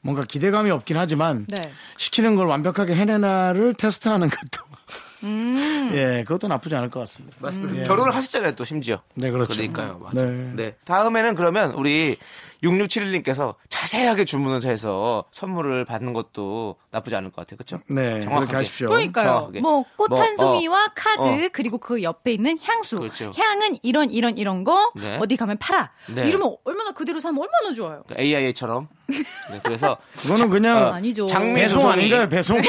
S1: 뭔가 기대감이 없긴 하지만
S9: 네.
S1: 시키는 걸 완벽하게 해내나를 테스트하는 것도
S9: 음.
S1: 예 그것도 나쁘지 않을 것 같습니다.
S2: 맞습니다. 결혼을 하셨잖아요, 또 심지어.
S1: 음. 예. 네, 그렇죠.
S2: 그러니까요. 맞아요.
S1: 네.
S2: 네. 다음에는 그러면 우리 6671님께서 자세하게 주문을 해서 선물을 받는 것도 나쁘지 않을 것 같아요. 그렇죠?
S1: 네 그렇게 하십시오.
S9: 그러니까요.
S2: 정확하게.
S9: 뭐 꽃
S2: 뭐,
S9: 한 송이와 카드
S2: 어.
S9: 그리고 그 옆에 있는 향수.
S2: 그렇죠.
S9: 향은 이런 이런 이런 거
S2: 네.
S9: 어디 가면 팔아.
S2: 네.
S9: 이러면 얼마나 그대로 사면 얼마나 좋아요.
S2: AIA처럼. 네, 그래서
S1: 그거는 그냥
S9: 아니죠. 네.
S2: 장미
S1: 배송
S2: 두송이,
S1: 아닌가요? 배송.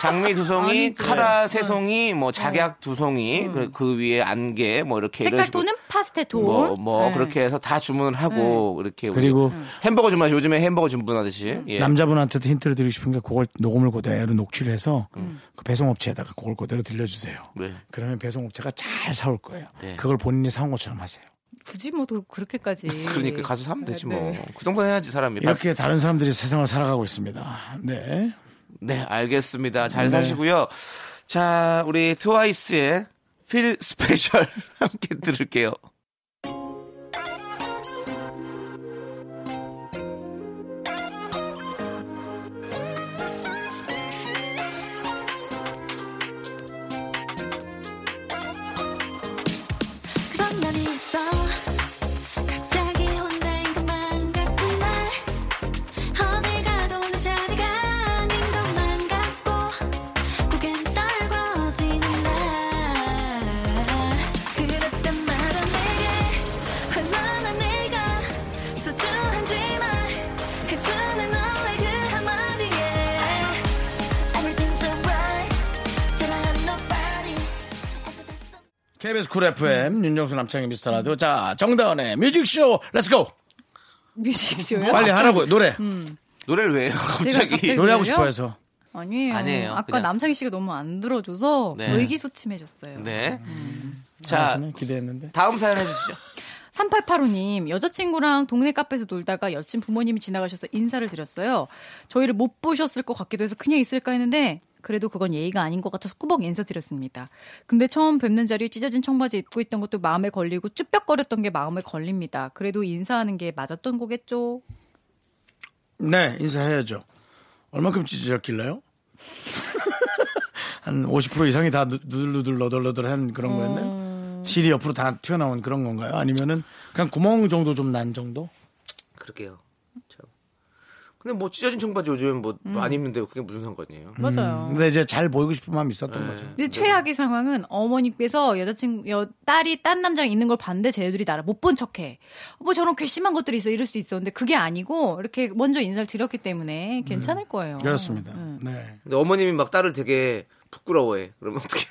S2: 장미 두송이,
S9: 아니죠. 네. 음.
S2: 카라 세송이, 뭐 작약 두송이, 그, 그 위에 안개, 뭐 이렇게 이런
S9: 색깔
S2: 식으로
S9: 톤은 파스텔 톤.
S2: 뭐, 뭐
S9: 네. 음.
S2: 그렇게 해서 다 주문을 하고 이렇게 우리
S1: 그리고
S2: 햄버거 주문하시 요즘에 햄버거 주문하듯이 예.
S1: 남자분한테도 힌트를 드리고 싶은 게 그걸 녹음을 그대로 녹취를 해서
S9: 음.
S1: 그 배송업체에다가 그걸 그대로 들려주세요.
S2: 네.
S1: 그러면 배송업체가 잘 사올 거예요.
S2: 네. 아.
S1: 그걸 본인이 사온 것처럼 하세요.
S9: 굳이 뭐 또 그렇게까지.
S2: 그러니까 가서 사면 되지
S9: 네,
S2: 뭐.
S9: 네.
S2: 그 정도 해야지 사람이.
S1: 이렇게 다른 사람들이 세상을 살아가고 있습니다. 네.
S2: 네, 알겠습니다. 잘 사시고요. 자, 우리 트와이스의 필 스페셜 함께 들을게요.
S5: 그런 날이 있어 갑자기 혼자인 것만 같은 날 어딜 가도 내 자리가 아닌 것만 같고 고개는 떨궈지는 날 그랬단 말은 내게 얼마나 내가 소중한지만 해주는 너의 그 한마디에 Everything's alright 잘한 nobody 애써 다 써-
S1: KBS 쿨 FM 윤정수 남창희 미스터 라디오 자 정다은의 뮤직쇼 렛츠고
S9: 뮤직쇼요?
S1: 빨리 하라고요 노래
S2: 노래를 왜요, 갑자기?
S9: 음. 갑자기-
S1: 노래하고
S9: 그래요?
S1: 싶어 해서
S9: 아니에요.
S2: 뭐? 아니에요.
S9: 아까
S2: 그냥.
S9: 남창희 씨가 너무 안 들어줘서
S2: 네.
S9: 의기소침해졌어요.
S2: 네. 자,
S1: 자 기대했는데
S2: 다음 사연 해주시죠.
S9: 3885님, 여자친구랑 동네 카페에서 놀다가 여친 부모님이 지나가셔서 인사를 드렸어요. 저희를 못 보셨을 것 같기도 해서 그냥 있을까 했는데, 그래도 그건 예의가 아닌 것 같아서 꾸벅 인사드렸습니다. 근데 처음 뵙는 자리에 찢어진 청바지 입고 있던 것도 마음에 걸리고 쭈뼛거렸던 게 마음에 걸립니다. 그래도 인사하는 게 맞았던 거겠죠?
S1: 네 인사해야죠 얼마큼 찢어졌길래요? 한 50% 이상이 다 누- 누들누들 너덜너덜한 그런
S9: 음.
S1: 거였나요? 실이 옆으로 다 튀어나온 그런 건가요? 아니면은 그냥 구멍 정도 좀 난 정도?
S2: 그럴게요. 참. 근데 뭐 찢어진 청바지 요즘엔 뭐 안 입는데 그게 무슨 상관이에요?
S9: 맞아요.
S1: 근데 이제 잘 보이고 싶은 마음이 있었던
S2: 네.
S1: 거죠.
S9: 근데 최악의 상황은 어머니께서 여자친구 여, 딸이 딴 남자랑 있는 걸 봤는데 쟤들이 나를 못 본 척해. 뭐 저런 괘씸한 것들이 있어 이럴 수 있었는데 그게 아니고 이렇게 먼저 인사를 드렸기 때문에
S2: 음.
S9: 괜찮을 거예요.
S1: 그렇습니다.
S9: 음.
S1: 네.
S2: 근데 어머님이 막 딸을 되게 부끄러워해. 그러면 어떻게?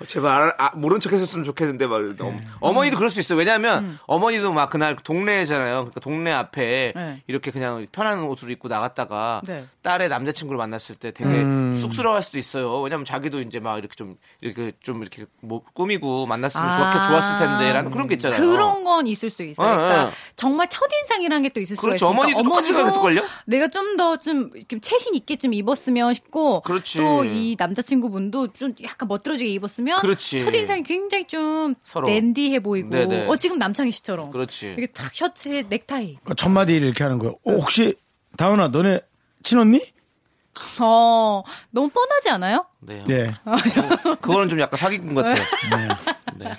S2: 어, 제발 아, 모른 척 했었으면 좋겠는데 막 이러는데
S9: 네.
S2: 어머- 어머니도 그럴 수 있어 왜냐하면
S9: 음.
S2: 어머니도 막 그날 동네잖아요 그러니까 동네 앞에
S9: 네.
S2: 이렇게 그냥 편한 옷을 입고 나갔다가
S9: 네.
S2: 딸의 남자친구를 만났을 때 되게
S1: 음.
S2: 쑥스러워할 수도 있어요. 왜냐면 자기도 이제 막 이렇게 좀 이렇게 좀 이렇게 뭐 꾸미고 만났으면
S9: 아.
S2: 좋았, 좋았을 텐데라는 그런 게 있잖아요.
S9: 그런 건 있을 수 있어요.
S2: 어,
S9: 그러니까
S2: 어.
S9: 정말 첫인상이라는 게 또 있을 수가
S2: 그렇죠.
S9: 있어요.
S2: 어머니도 똑같이 생각했을걸요?
S9: 내가 좀 더 좀 이렇게 채신 있게 좀 입었으면 싶고
S2: 그렇지.
S9: 또 이 남자친구분도 좀 약간 멋들어지게 입었으면
S2: 그렇지.
S9: 첫인상이 굉장히 좀
S2: 서로.
S9: 랜디해 보이고
S2: 네네.
S9: 어 지금 남창희 씨처럼
S2: 그렇지.
S9: 이게 탁 셔츠에 넥타이
S1: 그러니까 첫 마디 이렇게 하는 거예요. 어, 혹시 다은아 너네 친언니?
S9: 어 너무 뻔하지 않아요?
S2: 네.
S1: 예.
S2: 그거는 좀 약간 사기꾼 같아요. 네.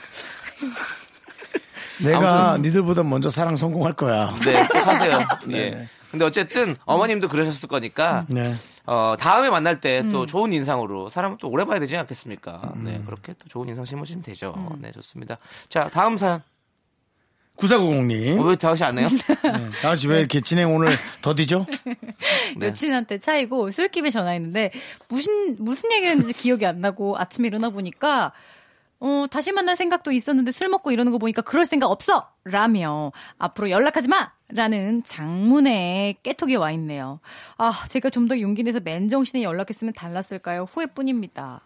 S1: 내가
S2: 아무튼-
S1: 니들보다 먼저 사랑 성공할 거야.
S2: 네, 꼭 하세요. 예.
S1: 네.
S2: 근데 어쨌든 어머님도 그러셨을 거니까
S1: 네.
S2: 어, 다음에 만날 때 또 좋은 인상으로 사람은 또 오래 봐야 되지 않겠습니까?
S1: 음.
S2: 네, 그렇게 또 좋은 인상 심으시면 되죠. 네, 좋습니다. 자, 다음 사연. 어, 네.
S1: 9490님.
S2: 왜 다시 안 해요?
S1: 네. 다은 씨왜 이렇게 진행 오늘 더디죠?
S2: 네.
S9: 여친한테 차이고 술김에 전화했는데 무슨 무슨 얘기했는지 기억이 안 나고 아침에 일어나 보니까 어 다시 만날 생각도 있었는데 술 먹고 이러는 거 보니까 그럴 생각 없어 라며 앞으로 연락하지 마 라는 장문의 깨톡이 와 있네요. 아 제가 좀 더 용기 내서 맨정신에 연락했으면 달랐을까요? 후회뿐입니다.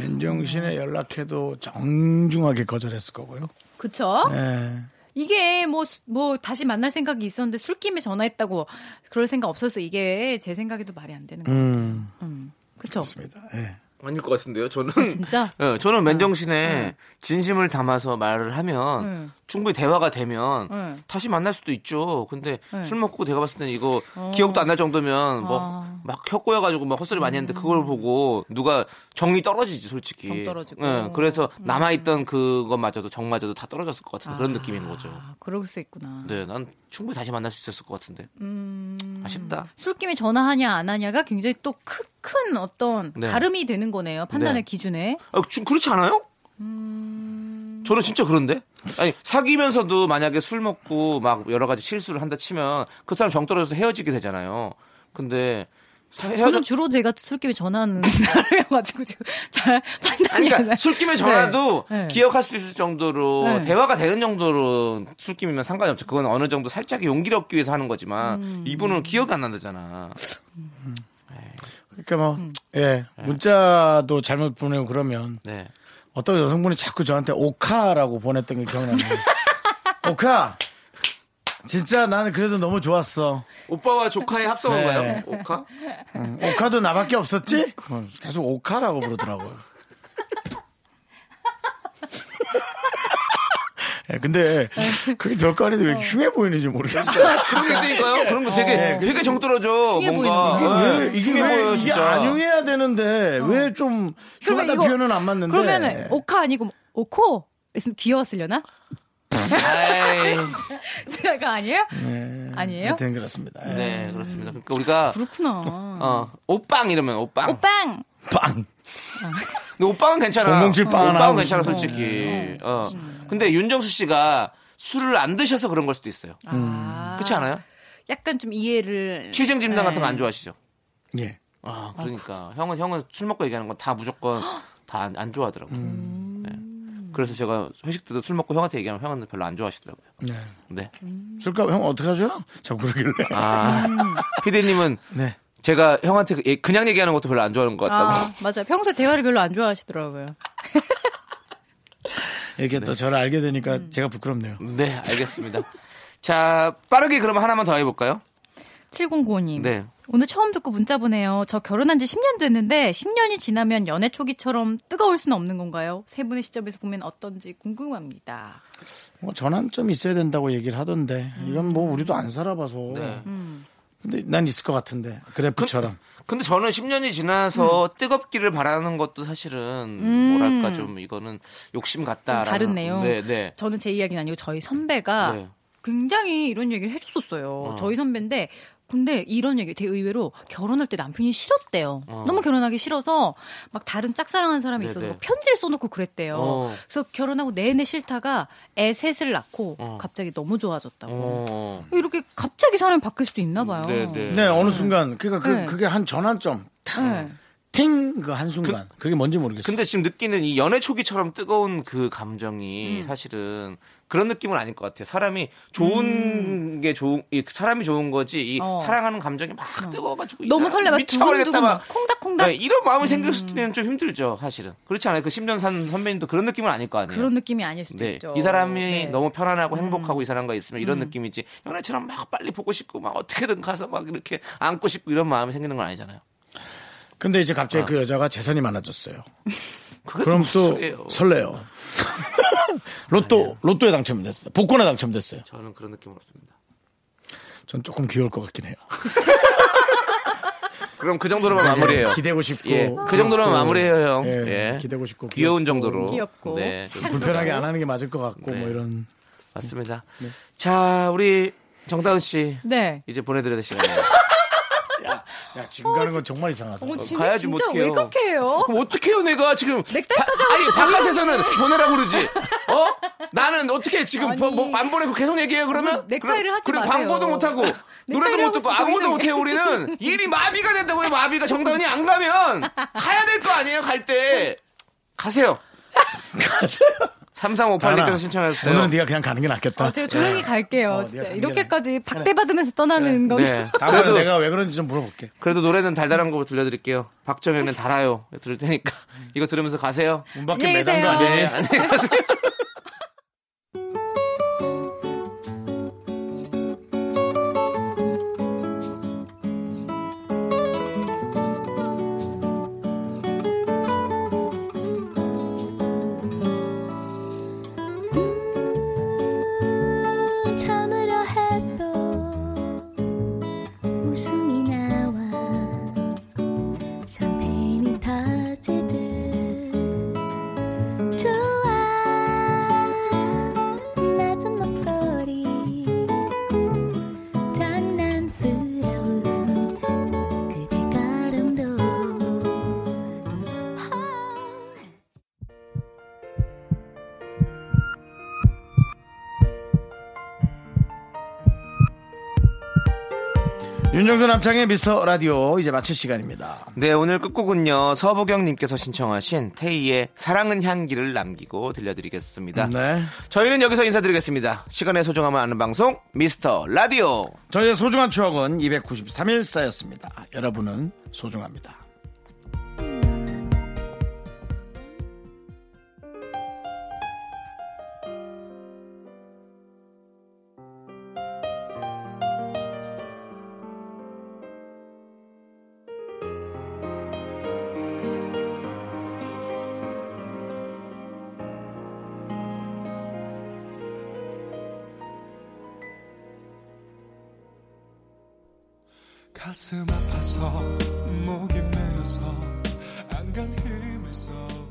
S1: 윤정신에 연락해도 정중하게 거절했을 거고요.
S9: 그쵸?
S1: 예.
S9: 이게 뭐, 수- 뭐, 다시 만날 생각이 있었는데 술김에 전화했다고 그럴 생각 없어서 이게 제 생각에도 말이 안 되는 거예요.
S1: 음,
S9: 그쵸?
S1: 그렇습니다. 예.
S2: 아닐 것 같은데요. 저는
S9: 진짜?
S2: 예, 저는 맨정신에 진심을 담아서 말을 하면
S9: 음.
S2: 충분히 대화가 되면
S9: 음.
S2: 다시 만날 수도 있죠. 근데
S9: 네.
S2: 술 먹고 제가 봤을 때는 이거 기억도 안 날 정도면 뭐
S9: 어. 아. 음.
S2: 막 혀꼬여가지고 막 헛소리 많이 했는데 그걸 보고 누가 정이 떨어지지 솔직히.
S9: 정 떨어지고. 음.
S2: 예, 그래서 남아있던 그것마저도 정마저도 다 떨어졌을 것 같은 그런 느낌인 거죠.
S9: 아, 그럴 수 있구나.
S2: 네, 난 충분히 다시 만날 수 있었을 것 같은데
S9: 음.
S2: 아쉽다.
S9: 술김에 전화하냐 안 하냐가 굉장히 또 큰 큰 어떤
S2: 네.
S9: 다름이 되는 거네요. 판단의
S2: 네.
S9: 기준에.
S2: 아, 좀 그렇지 않아요? 저는 진짜 그런데 아니 사귀면서도 만약에 술 먹고 막 여러 가지 실수를 한다 치면 그 사람 정 떨어져서 헤어지게 되잖아요. 근데 사- 헤어져
S9: 저는 주로 제가 술김에 전화하는 사람이어가지고 지금 잘
S2: 아니,
S9: 판단이 안
S2: 그러니까
S9: 나요.
S2: 술김에 전화도
S9: 네. 네.
S2: 기억할 수 있을 정도로
S9: 네.
S2: 대화가 되는 정도로 술김이면 상관이 없죠. 그건 어느 정도 살짝 용기를 얻기 위해서 하는 거지만 이분은 기억이 안 난다잖아.
S1: 그러니까 뭐, 예. 문자도 잘못 보내고 그러면
S2: 네.
S1: 어떤 여성분이 자꾸 저한테 오카라고 보냈던 게 기억나네요. 오카! 진짜 나는 그래도 너무 좋았어.
S2: 오빠와 조카의 합성어가요?
S1: 네.
S2: 오카?
S1: 응, 오카도 나밖에 없었지? 어, 계속 오카라고 부르더라고요. 예, 근데 그게 별거 아닌데 왜 흉해 보이는지 모르겠어요.
S2: 그런 게 있으니까요? 그런 거 되게 되게 정 떨어져.
S9: 흉해
S2: 뭔가
S9: 보이는
S2: 네.
S1: 왜 아, 이게
S2: 흉해
S1: 왜
S2: 보여요,
S1: 이게
S2: 진짜. 어.
S1: 안 흉해야 되는데 왜 좀
S9: 그러면
S1: 흉하다
S9: 그러니까 이거-
S1: 표현은 안 맞는데 예. 네.
S9: 그러면은 오카 아니고 뭐 오코 있으면 귀여웠으려나?
S2: 에이,
S9: 제가 아니에요?
S2: 음.
S9: 아니에요?
S1: 하여튼 예. 그렇습니다. 예.
S2: 네, 그렇습니다. 그러니까 우리가
S9: 그렇구나.
S2: 어, 음. 오빵 이러면 오빵.
S9: 오빵
S1: 빵.
S2: 근데 오빵은 괜찮아.
S1: 007 빵 하나
S2: 오빵은
S1: 하고
S2: 괜찮아
S1: 싶어. 네.
S2: 솔직히. 어. 근데 윤정수 씨가 술을 안 드셔서 그런 걸 수도 있어요.
S9: 아,
S2: 그렇지 않아요?
S9: 약간 좀 이해를
S2: 취증 진단 같은 거 안 좋아하시죠?
S1: 예.
S2: 네. 아, 그러니까 형은 형은 술 먹고 얘기하는 건 다 무조건 다 안 좋아하더라고요.
S1: 음.
S2: 네. 그래서 제가 회식 때도 술 먹고 형한테 얘기하면 형은 별로 안 좋아하시더라고요.
S1: 네.
S2: 네.
S1: 술값 형 어떡하죠? 자꾸 그러길래.
S2: 아, 피디님은
S1: 네.
S2: 제가 형한테 그- 예, 그냥 얘기하는 것도 별로 안 좋아하는 것 같다고.
S9: 아, 맞아요. 평소에 대화를 별로 안 좋아하시더라고요.
S1: 이렇게 또 저를 알게 되니까
S9: 음.
S1: 제가 부끄럽네요.
S2: 네, 알겠습니다. 자, 빠르게 그럼 하나만 더 해볼까요?
S9: 7095님.
S2: 네.
S9: 오늘 처음 듣고 문자 보내요. 저 결혼한 지 10년 됐는데 10년이 지나면 연애 초기처럼 뜨거울 수는 없는 건가요? 세 분의 시점에서 보면 어떤지 궁금합니다.
S1: 뭐 전환점이 있어야 된다고 얘기를 하던데 이건 뭐 우리도 안 살아봐서.
S2: 네.
S9: 음.
S1: 근데 난 있을 것 같은데 그래프처럼.
S2: 근데 저는 10년이
S9: 음.
S2: 지나서 뜨겁기를 바라는 것도 사실은 뭐랄까 좀 이거는 욕심
S9: 좀
S2: 같다라는.
S9: 다르네요.
S2: 네, 네.
S9: 저는 제 이야기는 아니고 저희 선배가
S2: 네.
S9: 굉장히 이런 얘기를 해줬었어요. 저희 선배인데 근데 이런 얘기 되게 의외로 결혼할 때 남편이 싫었대요. 너무 결혼하기 싫어서 막 다른 짝사랑하는 사람이
S2: 어.
S9: 있어서
S2: 네네.
S9: 막 편지를 써놓고 그랬대요.
S2: 어.
S9: 그래서 결혼하고 내내 싫다가 애 셋을 낳고 갑자기 너무 좋아졌다고.
S2: 어.
S9: 이렇게 갑자기 사람이 바뀔 수도 있나 봐요.
S2: 네, 네.
S1: 네 어느 순간 그러니까 그,
S9: 네.
S1: 그게 한 전환점. 탁.
S9: 네.
S1: 팅! 그 한순간. 그, 게 뭔지 모르겠어요.
S2: 근데 지금 느끼는 이 연애 초기처럼 뜨거운 그 감정이
S9: 음.
S2: 사실은 그런 느낌은 아닐 것 같아요. 사람이 좋은 게 좋은, 이 사람이 좋은 거지, 이
S9: 음. 어.
S2: 사랑하는 감정이 막 뜨거워가지고. 이
S9: 너무
S2: 사람
S9: 설레, 막
S2: 아, 미쳐버리겠다
S9: 두근두근
S2: 막
S9: 막 콩닥콩닥.
S2: 네, 이런 마음이 생길 때는 좀 힘들죠, 사실은. 그렇지 않아요? 그 10년 산 선배님도 그런 느낌은 아닐 거 아니에요.
S9: 그런 느낌이 아닐 수도
S2: 네.
S9: 있죠.
S2: 이 사람이
S9: 네. 음.
S2: 너무 편안하고 행복하고 이 사람과 있으면 이런 느낌이지. 연애처럼 막 빨리 보고 싶고 막 어떻게든 가서 막 이렇게 안고 싶고 이런 마음이 생기는 건 아니잖아요.
S1: 근데 이제
S2: 아.
S1: 갑자기 그 여자가 재산이 많아졌어요.
S2: 그게
S1: 그럼
S2: 무슨
S1: 또
S2: 소리예요?
S1: 설레요. 로또, 로또에 당첨됐어요. 복권에 당첨됐어요.
S2: 저는 그런 느낌은 없습니다.
S1: 전 조금 귀여울 것 같긴 해요.
S2: 그럼 그 정도로만 마무리해요.
S1: 네, 기대고 싶고.
S2: 예, 그
S1: 그렇고.
S2: 정도로만 마무리해요, 형.
S1: 예,
S2: 예.
S1: 기대고 싶고.
S2: 귀여운
S1: 귀엽고.
S2: 정도로.
S9: 귀엽고.
S2: 네, 좀
S1: 불편하게 안 네. 하는 게 맞을 것 같고,
S2: 네.
S1: 뭐 이런.
S2: 맞습니다. 자, 우리 정다은 씨
S9: 네.
S2: 이제 보내드려야 될 시간이에요.
S1: 야, 지금 가는 건 정말 이상하다.
S9: 어, 지금
S2: 가야지
S9: 진짜
S2: 어떡해요.
S9: 왜 그렇게 해요?
S2: 그럼 어떡해요, 내가 지금.
S9: 넥타이까지
S2: 바- 아니, 바깥에서는 보내라고 그러지. 어? 나는 어떻게 지금
S9: 아니.
S2: 뭐- 뭐 안 보내고 계속 얘기해요, 그러면?
S9: 그럼 넥타이를 하지
S2: 그럼
S9: 마세요.
S2: 광고도 못하고, 노래도
S9: 넥타이를
S2: 못 듣고,
S9: 하고 있어서
S2: 아무것도
S9: 더 이상
S2: 못해요, 우리는. 일이 마비가 된다고요, 마비가. 정다은이 안 가면. 가야 될 거 아니에요, 갈 때. 가세요.
S1: 가세요.
S2: 3358님께서 신청하셨어요.
S1: 오늘은 네가 그냥 가는 게 낫겠다.
S9: 어, 제가 조용히 갈게요.
S1: 어,
S9: 진짜
S1: 네가
S9: 이렇게까지 박대받으면서 떠나는 건
S2: 네. 네.
S1: 다음에
S2: 그래도-
S1: 내가 왜 그런지 좀 물어볼게.
S2: 그래도 노래는 달달한 거 들려드릴게요. 박정현은 달아요. 들을 테니까. 이거 들으면서 가세요.
S1: 문 밖에
S9: 안녕히
S1: 매단 거
S9: 계세요.
S1: 아니에요?
S2: 네, 안녕히 가세요.
S5: 참으려 해도 웃음이 나와 샴페인이 터지듯 좋아 낮은 목소리 장난스러운 그대 걸음도
S1: 네. 윤정수 남창의 미스터 라디오 이제 마칠 시간입니다.
S2: 네, 오늘 끝곡은요. 서보경님께서 신청하신 태희의 사랑은 향기를 남기고 들려드리겠습니다.
S1: 네.
S2: 저희는 여기서 인사드리겠습니다. 시간의 소중함을 아는 방송, 미스터 라디오.
S1: 저희의 소중한 추억은 293일 쌓였습니다. 여러분은 소중합니다.
S10: 가슴 아파서 목이 메어서 안간 힘을 써